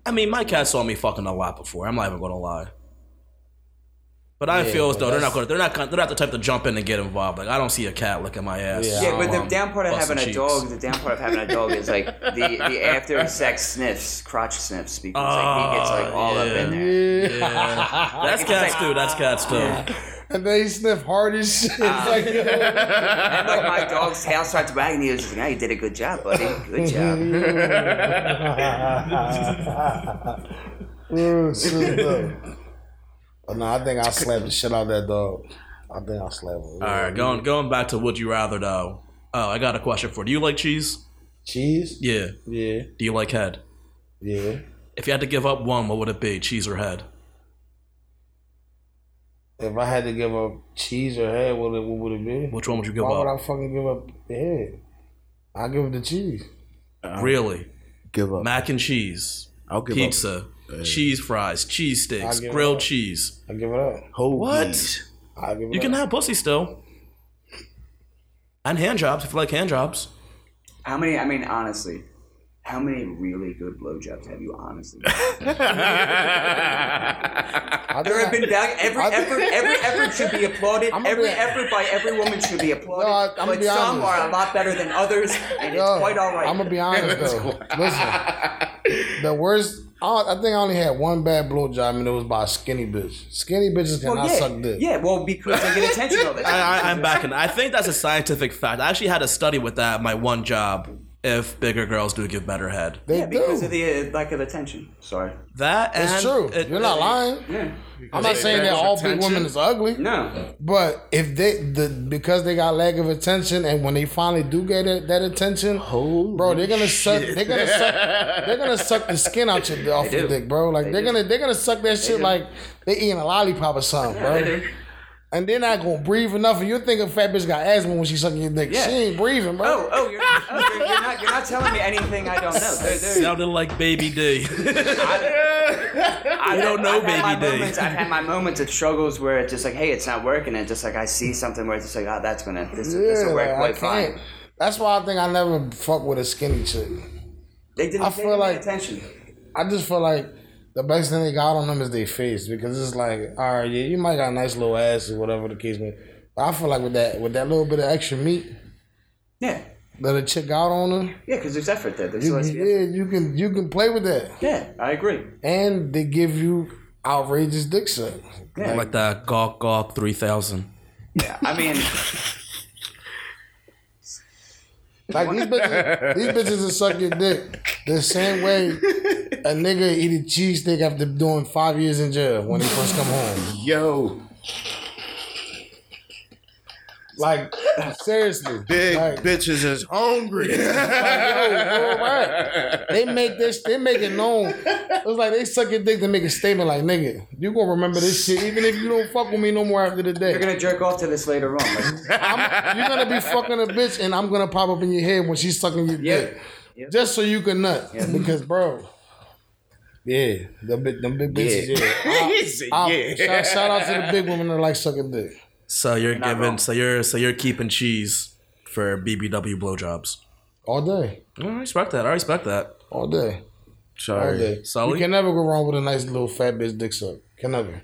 S4: I mean, my cat saw me fucking a lot before. I'm not even gonna lie. But I feel as though they're not gonna, they're not, gonna, they're not the type to jump in and get involved. Like I don't see a cat licking my ass.
S3: Yeah,
S4: so
S5: yeah, but the
S4: I'm
S5: down part of
S4: busting
S5: having a
S4: Oh, cheeks.
S5: dog, the down part of having a dog is like the, the after sex sniffs, crotch sniffs, because like, he gets like all up in there. [laughs]
S4: Yeah. That's cats too. That's cats too.
S3: [laughs] And then he sniff hard as shit. It's
S4: Ah. [laughs]
S3: like, yo,
S5: And like my dog's tail starts wagging, he was just like, "Hey, you did a good job, buddy. Good job."
S2: [laughs]
S3: real shit, though. But no, I think I slapped the shit out of that dog. I think I slapped him.
S4: All right, going going back to would you rather though. Oh, I got a question for. you. Do you like cheese?
S3: Cheese?
S4: Yeah.
S3: Yeah.
S4: Do you like head?
S3: Yeah.
S4: If you had to give up one, what would it be? Cheese or head?
S3: If I had to give up cheese or head, what, it, what would it be?
S4: Which one would you give
S3: Why would I
S4: up?
S3: fucking give up the head? I give up the cheese.
S4: Really?
S2: give up.
S4: Mac and cheese,
S2: Uh, I'll give up.
S4: pizza, cheese fries, cheese sticks,
S3: I'll give
S4: grilled
S3: up.
S4: cheese.
S3: I give it up.
S2: Hoagies.
S4: What?
S3: I give it
S4: You
S3: up.
S4: can have pussy still. And hand jobs if you like hand jobs.
S5: How many? I mean, honestly, how many really good blowjobs have you honestly?
S3: I
S5: There have
S3: think
S5: been value. Every
S3: I-
S5: effort,
S3: [laughs]
S5: every effort should be applauded.
S3: I'ma
S5: Every
S3: be-
S5: effort by every woman should be applauded.
S3: No, I- I'ma
S5: but
S3: be
S5: some
S3: honest.
S5: are a lot better than others, and it's quite all right.
S3: I'm gonna be
S5: [laughs]
S3: honest though. Listen, the worst. I, I think I only had one bad blowjob, and it was by a skinny bitch. Skinny bitches
S5: Well,
S3: cannot
S5: yeah,
S3: suck dick.
S5: yeah. Well, because they get attention all the time.
S4: I, I, I'm backing. I think that's a scientific fact. I actually had a study with that. My one job. If bigger girls do give better head,
S3: they
S5: yeah,
S3: do.
S5: because of the uh, lack of attention. Sorry.
S4: that and
S3: it's true.
S4: it-
S3: You're
S5: uh,
S3: not lying.
S5: Yeah.
S3: I'm not saying that all big women is ugly,
S5: No.
S3: but if they the because they got lack of attention, and when they finally do get that, that attention, bro, they're gonna suck. They're gonna suck. They're gonna suck the skin out
S5: [laughs]
S3: your off
S5: do.
S3: your dick, bro. Like they are
S5: do.
S3: gonna they're gonna suck that shit
S5: do.
S3: like they eating a lollipop or something, bro.
S5: [laughs]
S3: and they're not gonna breathe enough. And you think a fat bitch got asthma when she sucking your dick?
S5: Yeah.
S3: She ain't breathing,
S5: Oh,
S3: bro.
S5: oh, you're, oh you're, you're not you're not telling me anything I don't know. There- there-
S4: sounded like Baby
S3: [laughs]
S4: D.
S5: I
S4: don't know,
S5: I've had
S4: baby
S5: my
S4: D.
S5: Moments, I've had my moments of struggles where it's just like, hey, it's not working, and just like I see something where it's just like, oh, that's gonna this this
S3: yeah,
S5: will work
S3: like, I
S5: quite
S3: can't.
S5: fine.
S3: That's why I think I never fuck with a skinny chick.
S5: They didn't
S3: I
S5: pay
S3: feel
S5: any
S3: like-
S5: attention.
S3: I just feel like the best thing they got on them is their face because it's like, all right, yeah, you might got a nice little ass or whatever the case may. But I feel like with that with that little bit of extra meat
S5: Yeah,
S3: that a chick got on them,
S5: yeah, because there's effort there. There's
S3: you,
S5: always-
S3: you- yeah, you can you can play with that,
S5: yeah, I agree.
S3: and they give you outrageous dick suck.
S4: like that Gawk Gawk 3000.
S5: Yeah, I mean, [laughs]
S3: Like these bitches, these bitches will suck your dick the same way a nigga eat a cheesesteak after doing five years in jail when he first come home.
S2: [laughs] Yo,
S3: Like seriously,
S2: big
S3: Like,
S2: bitches is
S5: [laughs]
S2: hungry.
S3: yo, right. They make this, they make it known. It was like they suck your dick to make a statement, like nigga, you gonna remember this shit even if you don't fuck with me no more after the day.
S5: you're gonna jerk off to this later on. Like,
S3: I'm, you're gonna be fucking a bitch, and I'm gonna pop up in your head when she's sucking your
S5: Yeah.
S3: dick, just so you can nut. Because, bro, yeah, them big, them big bitches. Yeah,
S2: He said,
S3: I-
S2: yeah.
S3: Shout, shout out to the big women that like sucking dick.
S4: So you're giving,
S5: wrong.
S4: so you're, so you're keeping cheese for BBW blowjobs.
S3: All day.
S4: I respect that. I respect that.
S3: All day. All
S2: Sorry,
S3: day.
S4: Solid.
S3: You can never go wrong with a nice little fat bitch dick suck. Can never.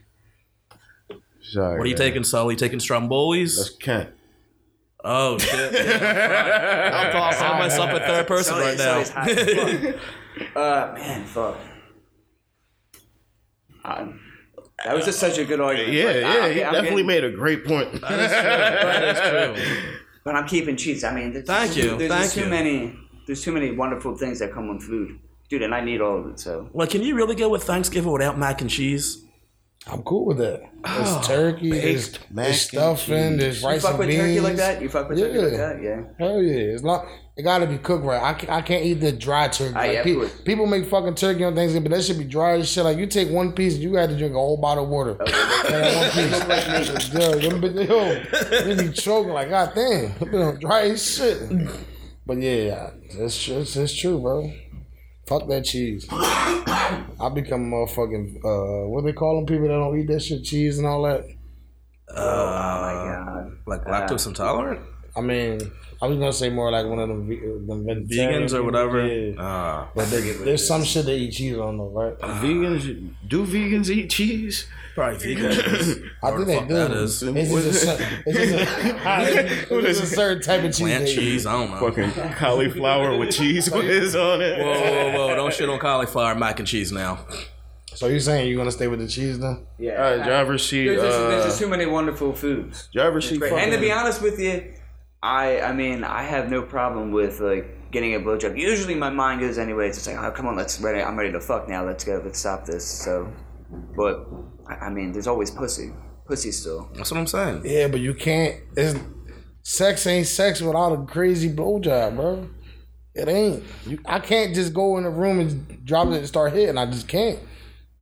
S2: sorry.
S4: What are you
S2: man.
S4: taking, Sully? You taking
S2: That's
S4: Stromboli's?
S2: Kent.
S4: Oh shit! Yeah, I'm calling I'm myself a third person
S5: Sully-
S4: right now.
S5: Sully's hot [laughs] as fuck. uh, man, fuck. I, That was just such a good argument.
S2: Yeah,
S5: Like,
S2: yeah,
S5: ah,
S2: he
S5: okay, I'm
S2: definitely made
S5: getting-
S2: a great point.
S4: That is true.
S5: But I'm keeping cheats. I mean, there's,
S4: Thank
S5: there's-
S4: you,
S5: There's
S4: thank
S5: too
S4: you.
S5: many. There's too many wonderful things that come with food, dude. And I need all of it. So
S4: Like, can you really go with Thanksgiving without mac and cheese?
S3: I'm cool with that.
S5: [sighs]
S3: There's turkey, there's,
S2: mac
S3: there's stuffing,
S2: and
S3: there's
S5: you
S3: rice
S5: fuck
S3: and
S5: with
S3: beans.
S5: turkey like that. You fuck with turkey like
S3: Yeah.
S5: that. Yeah.
S3: Hell yeah! It's not. It gotta be cooked right. I can't, I can't eat the dry turkey.
S5: Ah,
S3: Like,
S5: yeah,
S3: pe-
S5: of course.
S3: people make fucking turkey on Thanksgiving, but that should be dry as shit. Like you take one piece, you had to drink a whole bottle of water. And that one piece. yo, them bit- yo, you be choking like god [laughs] damn, you know, dry as shit. But yeah, that's that's, that's true, bro. Fuck that cheese. I become a motherfucking uh, what they call them people that don't eat that shit, cheese and all that.
S5: Oh my
S4: Like lactose intolerant?
S3: I mean, I was gonna say more like one of them, ve- them vegetarian
S4: Vegans or
S3: people,
S4: whatever?
S3: yeah.
S4: Ah.
S3: But there- there's some shit they eat cheese on though, right?
S2: vegans do vegans eat [laughs] cheese?
S4: Probably vegan.
S3: I think they do.
S4: that is.
S3: It's just a, cer- it's
S4: [laughs]
S3: just a, it's just a certain type [laughs] of cheese.
S4: Plant
S3: they eat.
S4: cheese, I don't know.
S2: Fucking cauliflower with cheese whiz on it.
S4: Whoa, whoa, whoa, don't shit on cauliflower mac and cheese now.
S3: So you're saying you're gonna stay with the cheese then?
S5: Yeah.
S2: All right, driver seat.
S5: There's just, there's
S2: Uh,
S5: just too many wonderful foods.
S2: driver seat.
S5: Right, and to
S2: fucking-
S5: be honest with you, I I mean I have no problem with like getting a blowjob. Usually my mind goes anyway. It's just like oh come on, let's ready. I'm ready to fuck now. Let's go. Let's stop this. So, but I I mean there's always pussy. Pussy still.
S4: That's what I'm saying.
S3: Yeah, but you can't. It's, sex ain't sex without a crazy blowjob, bro. It ain't. You, I can't just go in the room and drop it and start hitting. I just can't.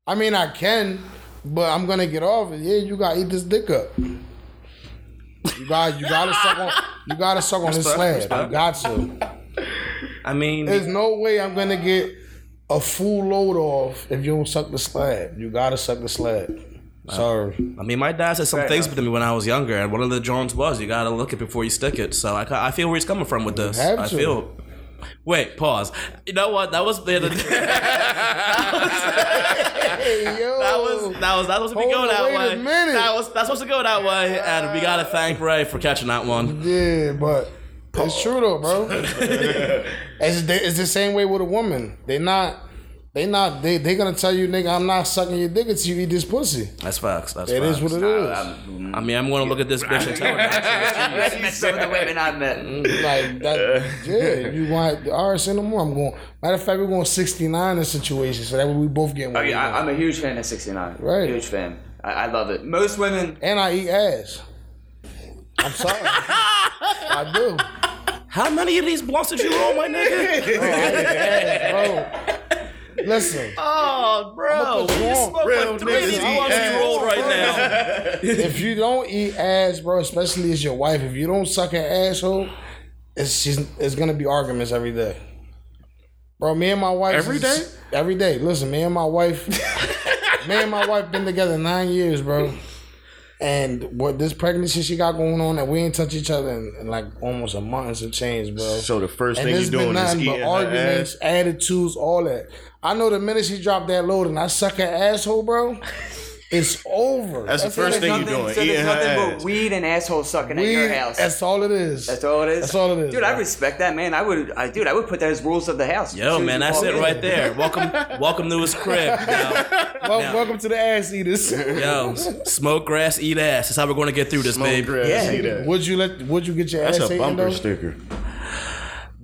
S3: I mean, I can, but I'm gonna get off. And yeah, you gotta eat this dick up. You got. You gotta suck on. You gotta suck on this slab. You got to.
S4: I mean,
S3: There's no way I'm gonna get a full load off if you don't suck the slab. You gotta suck the slab. Sorry.
S4: I mean, my dad said some things to me when I was younger, and one of the Jones was, "You gotta look it before you stick it." So I, ca- I feel where he's coming from with this.
S3: have
S4: I
S3: to.
S4: feel. Wait, pause. You know what? That was the other.
S3: Hey [laughs] yo.
S4: That was that was that was supposed to be
S3: Hold
S4: going
S3: on,
S4: that
S3: wait a
S4: way.
S3: minute.
S4: That was that's supposed to go that way, and we gotta thank Ray for catching that one.
S3: Yeah, but it's true though,
S5: [laughs]
S3: bro. it's, the, it's the same way with a woman. They not, they not, they they gonna tell you, nigga, I'm not sucking your dick until you eat this pussy.
S4: That's facts. That's
S3: It
S4: facts.
S3: is what it is.
S4: I mean, I'm gonna look at this bitch and tell her.
S5: I've met some of the women I've
S3: Mm.
S5: met.
S3: Like that, yeah. You want all right, say no more. I'm going. Matter of fact, we're going 69 in situation, so that way we both get
S5: I
S3: one.
S5: mean, I, I'm a huge fan of 69.
S3: Right.
S5: Huge fan. I, I love it. Most women.
S3: and I eat ass. I'm sorry, I do.
S4: How many of these blunts did you roll, my nigga?
S2: [laughs]
S3: Bro, listen.
S4: Oh, bro,
S3: put you
S4: you
S3: on.
S4: smoked
S2: Real
S4: like three of
S2: niggas
S4: these
S2: eat
S4: blunts you
S2: ass.
S4: rolled right now.
S3: if you don't eat ass, bro, especially as your wife, if you don't suck an asshole, it's she's, it's gonna be arguments every day. Bro, me and my wife
S2: Every day?
S3: Every day. Listen, me and
S2: [laughs]
S3: my wife, me and my wife been together nine years, bro. And what this pregnancy she got going on, and we ain't touch each other in, in like almost a month and some change, bro.
S2: So the first
S3: and
S2: thing
S3: it's
S2: you're doing
S3: been
S2: is
S3: nothing
S2: eating
S3: but
S2: her
S3: arguments,
S2: ass.
S3: attitudes, all that. I know the minute she dropped that load and I suck her asshole,
S2: [laughs]
S3: bro, it's over.
S2: That's the first
S5: There's
S2: thing you're
S5: nothing-
S2: doing.
S5: So
S2: Eating
S5: there's
S2: her
S5: nothing but
S2: ass.
S5: weed and asshole sucking at
S3: We-
S5: your house.
S3: That's all it is.
S5: That's all it is.
S3: That's all it is,
S5: Dude, I
S3: bro.
S5: respect that, man. I would, I, dude, I would put that as rules of the house. As
S4: Yo,
S5: soon as
S4: man,
S5: you
S4: that's
S5: walk
S4: it
S5: in.
S4: right there. Welcome, welcome to his crib. Now,
S3: Well,
S4: Now-
S3: Welcome to the ass eaters.
S4: yo, s- smoke grass, eat ass. That's how we're gonna get through this,
S2: Smoke
S4: babe.
S2: grass,
S5: Yeah.
S2: see that.
S3: would you let? Would you get your
S2: That's
S3: ass
S2: a
S3: eaten?
S2: bumper
S3: though?
S2: sticker.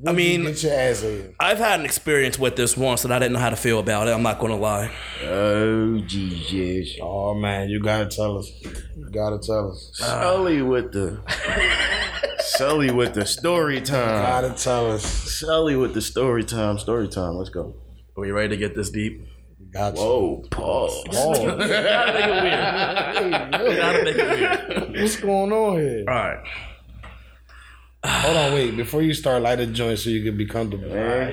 S4: I
S3: You
S4: mean,
S3: Get your ass eaten.
S4: I've had an experience with this once, and I didn't know how to feel about it. I'm not gonna lie.
S2: Oh Jesus!
S3: Oh man, you gotta tell us. You gotta tell us.
S2: Sully with the Sully with the story time.
S3: gotta tell [laughs] us.
S2: Sully with the story time. Story time. Let's go.
S4: Are we ready to get this deep?
S3: You gotta
S2: Oh, pause. [laughs]
S3: Oh,
S4: Gotta make it weird.
S3: what's going on here?
S4: All right.
S3: Hold on, wait. Before you start, light a joint so you can be comfortable. You know what I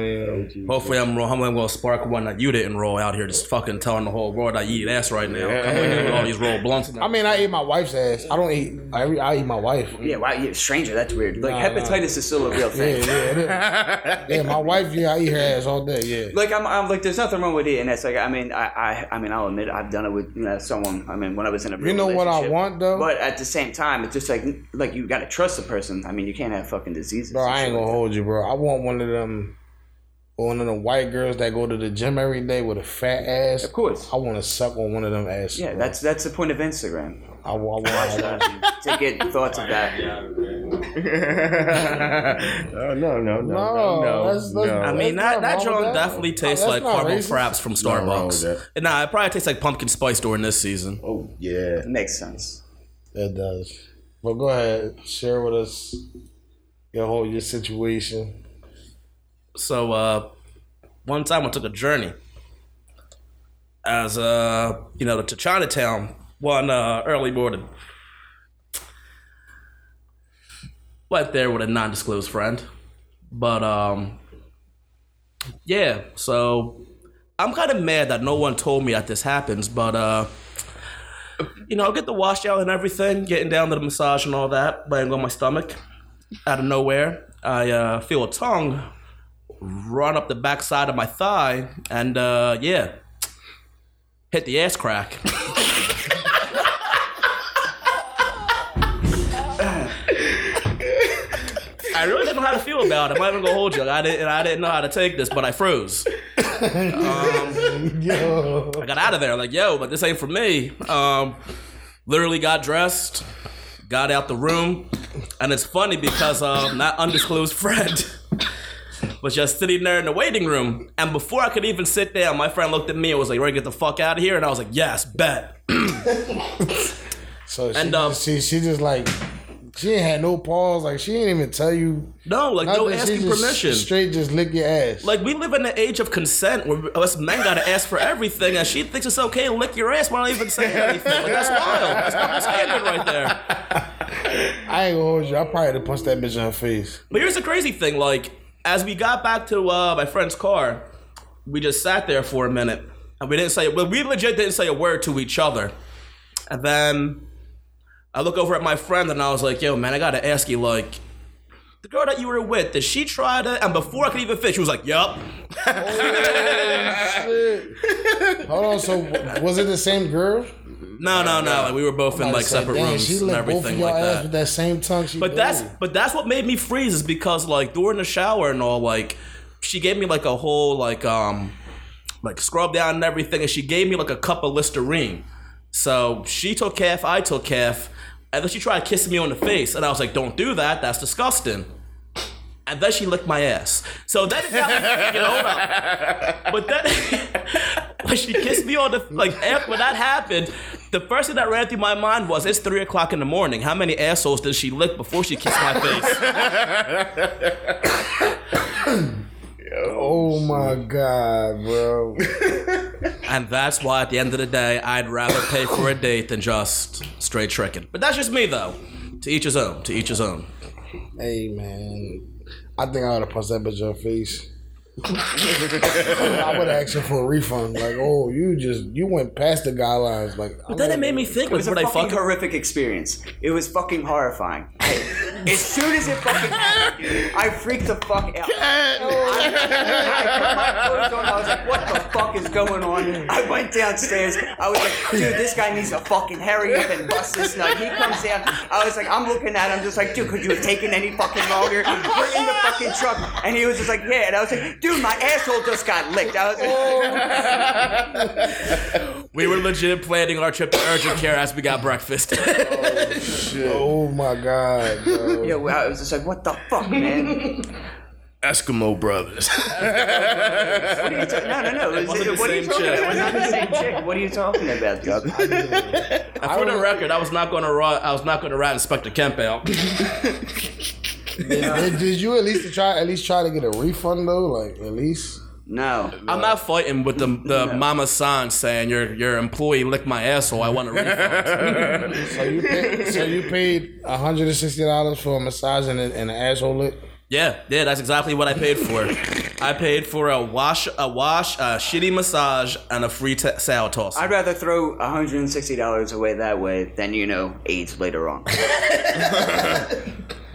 S3: mean?
S4: Hopefully, I'm wrong. I'm gonna spark one that you didn't roll out here, just fucking telling the whole world I eat ass right now. I'm gonna get all these roll blunts.
S3: I mean, I eat my wife's ass. I don't eat. I, re- I eat my wife.
S5: Yeah, wow, yeah, stranger, that's weird. Like,
S3: Nah, nah.
S5: hepatitis is still a real
S3: Yeah,
S5: thing.
S3: yeah, it is.
S4: [laughs]
S3: yeah. My wife, yeah, I eat her ass all day. Yeah.
S5: Like, I'm, I'm like, there's nothing wrong with it, and that's like, I mean, I, I, I mean, I'll admit, I've done it with you know, someone. I mean, when I was in a real
S3: know what I
S5: relationship.
S3: want, though?
S5: But at the same time, it's just like, like you gotta trust the person. I mean, you can't have fucking diseases.
S3: Bro,
S5: and
S3: I
S5: shit
S3: ain't
S5: like
S3: gonna hold you, bro. I want one of them or one of the white girls that go to the gym every day with a fat ass.
S5: Of course.
S3: I want to suck on one of them asses.
S5: Yeah,
S3: bro.
S5: that's that's the point of Instagram
S3: I, wa- I
S4: [laughs]
S3: want.
S5: to get thoughts of that.
S2: Oh, no, no, no, no, no.
S3: that's- that's-
S2: no.
S4: I mean,
S3: That's
S4: that, that
S3: not wrong with
S4: joint
S3: that.
S4: definitely tastes
S3: That's
S4: like
S3: not
S4: caramel
S3: racist.
S4: fraps from
S2: Nothing wrong with
S4: Starbucks. Nah, it probably tastes like pumpkin spice during this season.
S2: Oh, yeah.
S5: Makes sense.
S3: It does. But go ahead, share with us your whole your situation.
S4: So uh one time I took a journey as uh you know to Chinatown one uh early morning. Went there with a non-disclosed friend. But um yeah, so I'm kind of mad that no one told me that this happens, but uh you know, I get the washout and everything, getting down to the massage and all that, laying on my stomach. Out of nowhere, I uh, feel a tongue run up the backside of my thigh and uh, yeah, hit the ass crack. [laughs] I really didn't know how to feel about it. I'm not even gonna hold you. I didn't. I didn't know how to take this, but I froze.
S3: Yo,
S4: I got out of there like, yo, but this ain't for me. Um, literally got dressed, got out the room, and it's funny because um, not undisclosed [laughs] friend was just sitting there in the waiting room, and before I could even sit down, my friend looked at me and was like, "Ready to get the fuck out of here?" And I was like, "Yes, bet."
S3: so she,
S4: And, um,
S3: she she just like she ain't had no pause. Like she ain't even tell you.
S4: No, like no
S3: nothing. She
S4: asking
S3: just
S4: permission.
S3: Straight, just lick your ass.
S4: Like we live in the age of consent where us men gotta ask for everything, and she thinks it's okay to lick your ass while not even saying anything. Like, that's wild. That's double standard right there.
S3: I ain't gonna hold you. I probably have punched that bitch in her face.
S4: But here's the crazy thing: like, as we got back to uh, my friend's car, we just sat there for a minute, and we didn't say. Well, we legit didn't say a word to each other. And then I look over at my friend, and I was like, "Yo, man, I gotta ask you, like." The girl that you were with, did she try to? And before I could even finish, she was like, "Yup."
S3: Hold on. So w- was it the same girl?
S4: No, no, no. Like we were both in like
S3: Said,
S4: separate
S3: "Damn,
S4: rooms
S3: She
S4: and
S3: licked both of
S4: everything
S3: y'all
S4: like
S3: ass
S4: that.
S3: with that same tongue. She
S4: But that's
S3: gave.
S4: but that's what made me freeze is because like during the shower and all like she gave me like a whole like um like scrub down and everything and she gave me like a cup of Listerine. So she took half, I took half, and then she tried kissing me on the face and I was like, "Don't do that. That's disgusting." And then she licked my ass. So then it got [laughs] me thinking, hold up. [laughs] But then when she kissed me on the
S5: [laughs]
S4: like after when that happened, the first thing that ran through my mind was it's three o'clock in the morning. How many assholes did she lick before she kissed my
S5: [laughs]
S4: face?
S3: Oh my god, bro.
S4: and that's why at the end of the day, I'd rather pay for a date than just straight tricking. But that's just me though. To each his own. To each his own.
S3: hey man, I think I would have punched that bitch in her face. [laughs] I would have asked her for a refund. Like, oh, you just you went past the guidelines. Like, I'm
S4: Then
S3: gonna-
S4: it made me think,
S5: It
S4: like,
S5: was a
S4: would I fuck
S5: fucking
S4: her?
S5: horrific experience. It was fucking horrifying. as soon as it fucking happened, dude, I freaked the fuck out. I put my clothes on. I was like, what the fuck is going on? I went downstairs. I was like, dude, this guy needs to fucking hurry up and bust this nut. He comes down. I was like, I'm looking at him, just like, dude, could you have taken any fucking longer? We're in the fucking truck. And he was just like, yeah. And I was like, dude, my asshole just got licked. I was like,
S4: We
S5: [laughs]
S4: were legit planning our trip to urgent care as we got [laughs] breakfast.
S3: Oh my
S4: [laughs]
S3: god, bro.
S5: yeah, well, I was just like, what the fuck, man?
S2: Eskimo brothers. [laughs]
S5: What are you ta- no, no, no. It
S4: wasn't the
S5: what are you
S4: same
S5: talking
S4: chick.
S5: about? It was not the same chick. What are you talking about, Doug?
S4: For the record, I was not going to run. I was not going to rat Inspector Kemp out.
S3: did, did you at least try at least try to get a refund though? Like, at least.
S5: No.
S4: I'm not fighting with the [laughs] the mama sign saying your your employee licked my asshole. I want a [laughs] refund.
S3: So you paid, so you paid hundred and sixty dollars for a massage and, a- and an asshole lick.
S4: yeah, yeah, that's exactly what I paid for. I paid for a wash, a wash, a shitty massage, and a free t- sow toss.
S5: I'd rather throw $160 away that way than, you know, AIDS later on.
S3: I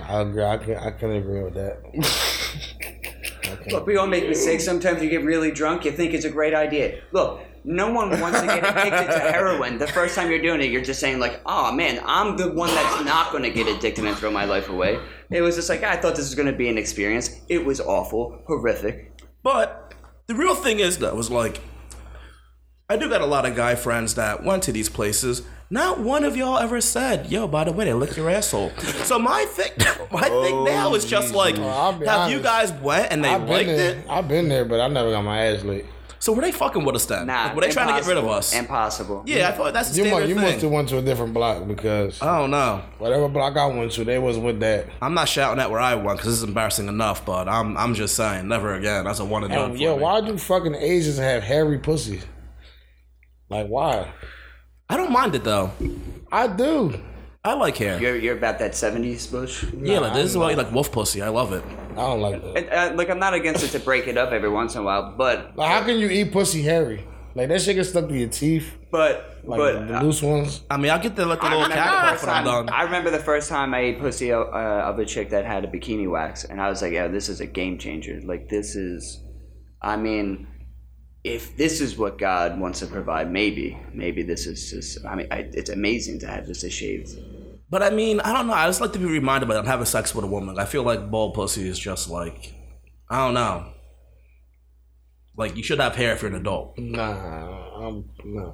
S3: agree. I can I can agree with that.
S5: Look, we all make mistakes. Sometimes you get really drunk, you think it's a great idea. Look, no one wants to get addicted to heroin. The first time you're doing it, you're just saying, like, oh man, I'm the one that's not going to get addicted and throw my life away. It was just like, I thought this was going to be an experience. It was awful, horrific.
S4: But the real thing is though, was like, I do got a lot of guy friends that went to these places. Not one of y'all ever said, "Yo, by the way, they licked your asshole." So my thing, [laughs] my thing now is just like,
S3: Oh, I'll be
S4: have you
S3: honest.
S4: guys went and [laughs] they
S3: I've been
S4: liked
S3: there.
S4: it?
S3: I've been there, but I never got my ass licked.
S4: So were they fucking with us then?
S5: Nah,
S4: were they trying to get rid of
S5: impossible.
S4: us?
S5: Impossible.
S4: yeah, I thought that's the Uh,
S3: You, mu-
S4: standard
S3: you must have
S4: thing.
S3: went to a different block because
S4: I don't know.
S3: whatever block I went to, they wasn't with that.
S4: I'm not shouting at where I went because this is embarrassing enough. But I'm, I'm just saying, never again. That's a one and done.
S3: And
S4: for
S3: yo,
S4: me.
S3: why do fucking Asians have hairy pussies? Like why?
S4: I don't mind it though.
S3: I do.
S4: I like hair.
S5: You're, you're about that 70s bush.
S4: yeah, like, this is why I like wolf pussy. I love it.
S3: I don't like that.
S5: And, uh, like, I'm not against it to break it up every once in a while, but,
S3: Like how can you eat pussy hairy? Like that shit gets stuck to your teeth.
S5: but,
S3: Like
S5: but. uh,
S3: the loose ones.
S4: I mean, I get the like the
S5: I
S4: little
S5: remember the
S4: cat
S5: first
S4: puff when I'm
S5: time-
S4: done.
S5: I remember the first time I ate pussy uh, of a chick that had a bikini wax, and I was like, "Yeah, this is a game changer. Like, this is, I mean, if this is what God wants to provide, maybe, maybe this is just. I mean, I, it's amazing to have just a shaved.
S4: But I mean, I don't know. I just like to be reminded by I'm having sex with a woman. I feel like bald pussy is just like, I don't know. Like you should have hair if you're an adult.
S3: Nah, I'm nah.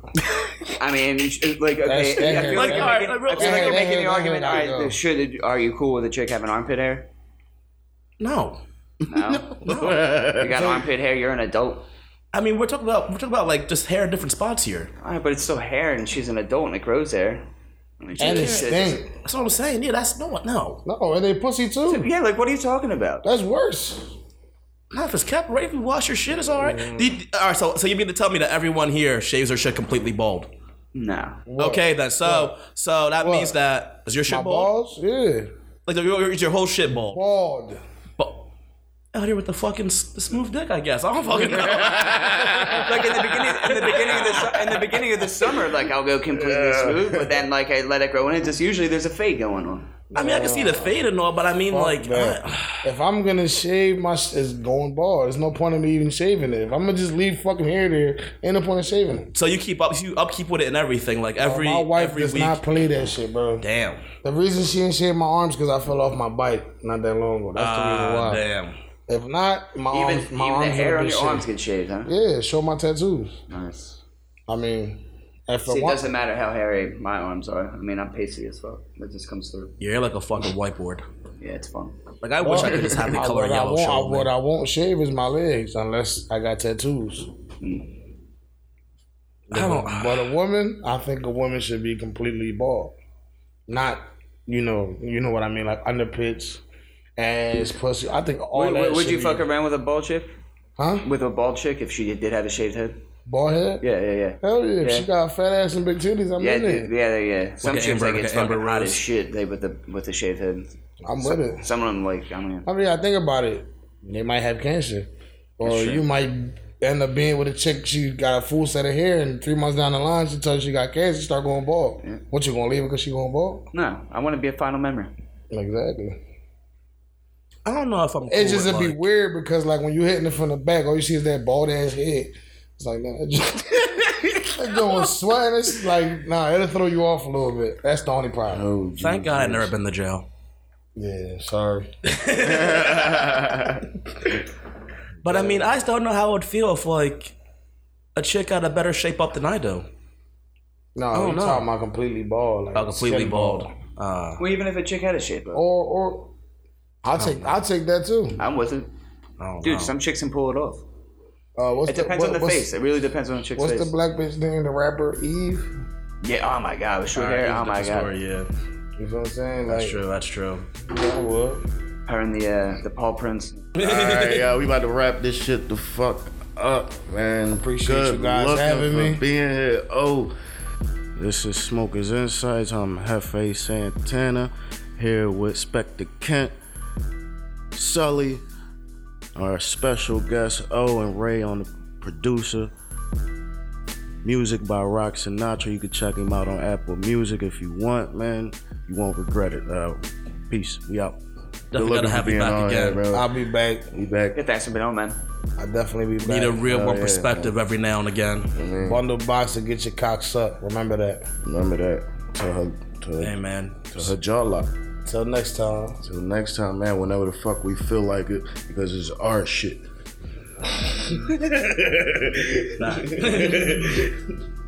S5: I mean, you should- like, okay,
S3: that
S5: I feel
S3: hair,
S5: like
S3: that
S5: you're
S4: hair.
S5: making, I
S4: Like, that
S5: feel like
S4: hair,
S5: you're making
S3: that
S5: the
S3: hair,
S5: argument.
S3: that
S5: All
S3: hair, though.
S5: right, should are you cool with a chick having armpit
S3: [laughs]
S5: hair?
S4: No,
S5: No, you got armpit hair. You're an adult.
S4: I mean we're talking about we're talking about like just hair in different spots here.
S5: All right, but it's still hair, and she's an adult, and it grows hair. I mean, she-
S3: And it
S5: she-
S3: stink.
S4: That's what I'm saying. Yeah, that's no, no.
S3: No, and they pussy too.
S5: Yeah, like what are you talking about?
S3: That's worse.
S4: Not if it's kept right. If you wash your shit, it's all right. The- all right, so so you mean to tell me that everyone here shaves their shit completely bald?
S5: No.
S4: Okay, then. So so that
S3: What?
S4: means that is your shit
S3: My
S4: bald?
S3: balls? Yeah.
S4: Like your, is your whole shit bald?
S3: Bald.
S4: But out here with the fucking s- the smooth dick, I guess. I don't fucking
S3: [laughs]
S4: know.
S5: Like in the beginning, in the beginning of the su- in the beginning of the summer, like I'll go completely smooth, but then like I let it grow, and it just usually there's a fade going on.
S4: I mean, I can see the fade and all, but I mean, like,
S3: man.
S4: uh,
S3: If I'm gonna shave my sh- it's going bald. There's no point in me even shaving it. If I'm gonna just leave fucking hair there, ain't no point in shaving it.
S4: so you keep up, you upkeep with it and everything, like every
S3: Oh, my wife
S4: every
S3: does
S4: week.
S3: not play that shit, bro.
S4: damn,
S3: The reason she didn't shave my arms because I fell off my bike not that long ago. That's the reason
S4: Ah,
S3: why.
S4: damn.
S3: If not, my
S5: Even
S3: arms, my
S5: even
S3: arms
S5: the hair
S3: would
S5: on
S3: be
S5: your
S3: shaved.
S5: arms get shaved, huh?
S3: Yeah, show my tattoos.
S5: Nice.
S3: I mean, if I
S5: See, it
S3: want,
S5: doesn't matter how hairy my arms are. I mean, I'm pasty as fuck. That just comes through.
S4: You're like a fucking whiteboard.
S5: Yeah, it's fun.
S4: Like I wish I could just have the
S3: Oh. [laughs] I-
S4: color
S3: what I
S4: yellow.
S3: won't, I-
S4: show,
S3: what
S4: man.
S3: I won't shave is my legs unless I got tattoos.
S4: Mm. I don't.
S3: But a woman, I think a woman should be completely bald. Not, you know, you know what I mean, like underpits, ass, pussy. I think all
S5: Would,
S3: that.
S5: would
S3: should
S5: you
S3: be-
S5: fuck around with a bald chick?
S3: Huh?
S5: With a bald chick if she did have a shaved head?
S3: Bald head?
S5: Yeah, yeah, yeah.
S3: Hell yeah! If
S5: Yeah.
S3: she got a fat ass and big titties, I'm
S5: Yeah,
S3: in
S5: dude,
S3: it.
S5: yeah, yeah, yeah. Some
S4: Like a
S5: chicks like
S4: Amber-
S5: it's
S4: like a Amber
S5: fucking hot as
S4: Rose.
S5: shit. They with the with the shaved head.
S3: I'm with it.
S5: Some of them like I mean,
S3: I mean, I think about it. They might have cancer, or you might end up being with a chick. She got a full set of hair, and three months down the line, she tells you she got cancer. She start going bald. What you gonna leave her because she going bald?
S5: no, I want to be a final member.
S3: Exactly.
S4: I don't know if I'm. Cool
S3: It's just
S4: with,
S3: it'd be
S4: like-
S3: weird because like when you hitting it from the back, all you see is that bald ass head. It's like nah, [laughs] that just- that going sweating. It's like nah, it'll throw you off a little bit. That's the only problem.
S2: Oh, geez.
S4: Thank God I've never been to jail.
S3: Yeah, sorry.
S4: But I mean, I just don't know how it would feel if like a chick had a better shape up than I do.
S3: No, nah, you
S4: no.
S3: talking about completely bald? Like
S4: I'm completely
S3: skin
S4: bald. Uh,
S5: Well, even if a chick had a shape, up,
S3: Or or I take I take that too.
S5: I'm with it.
S4: I don't
S5: Dude,
S4: know.
S5: some chicks can pull it off.
S3: Uh, what's
S5: It depends
S3: what-
S5: on the
S3: what's-
S5: face. It really depends on the chick's
S3: What's
S5: face.
S3: the black bitch name? The rapper Eve.
S5: yeah, oh my god, with short
S4: All right,
S5: hair,
S4: that's
S5: oh
S4: a
S5: my god.
S4: different Story, yeah,
S3: You feel what I'm saying?
S4: that's
S3: Like,
S4: true. That's true.
S3: I would.
S5: Her and the uh, the Paul Prince.
S2: All
S3: [laughs]
S2: right, y'all, we about to wrap this shit the fuck up, man.
S3: Appreciate you guys
S2: looking
S3: having
S2: for
S3: me.
S2: Being here. Oh, this is Smokers Insights. I'm Hefe Santana here with Spectre Kent, Sully, our special guest O and Ray on the producer. Music by Rock Sinatra. You can check him out on Apple Music if you want, man. You won't regret it. Uh, peace. We out.
S4: Definitely gotta have you back again.
S3: I'll be back.
S2: Be back.
S5: Yeah, thanks for being on, man.
S3: I'll definitely be back.
S4: Need a real
S2: Oh,
S4: one
S2: yeah.
S4: perspective every now and again.
S3: bundle box to get your cock sucked. Remember that.
S2: Remember that. To her, to
S4: Hey
S2: her,
S4: man,
S2: to her jaw lock.
S3: Till next time.
S2: Till next time, man. Whenever the fuck we feel like it, because it's our shit.
S4: Fact.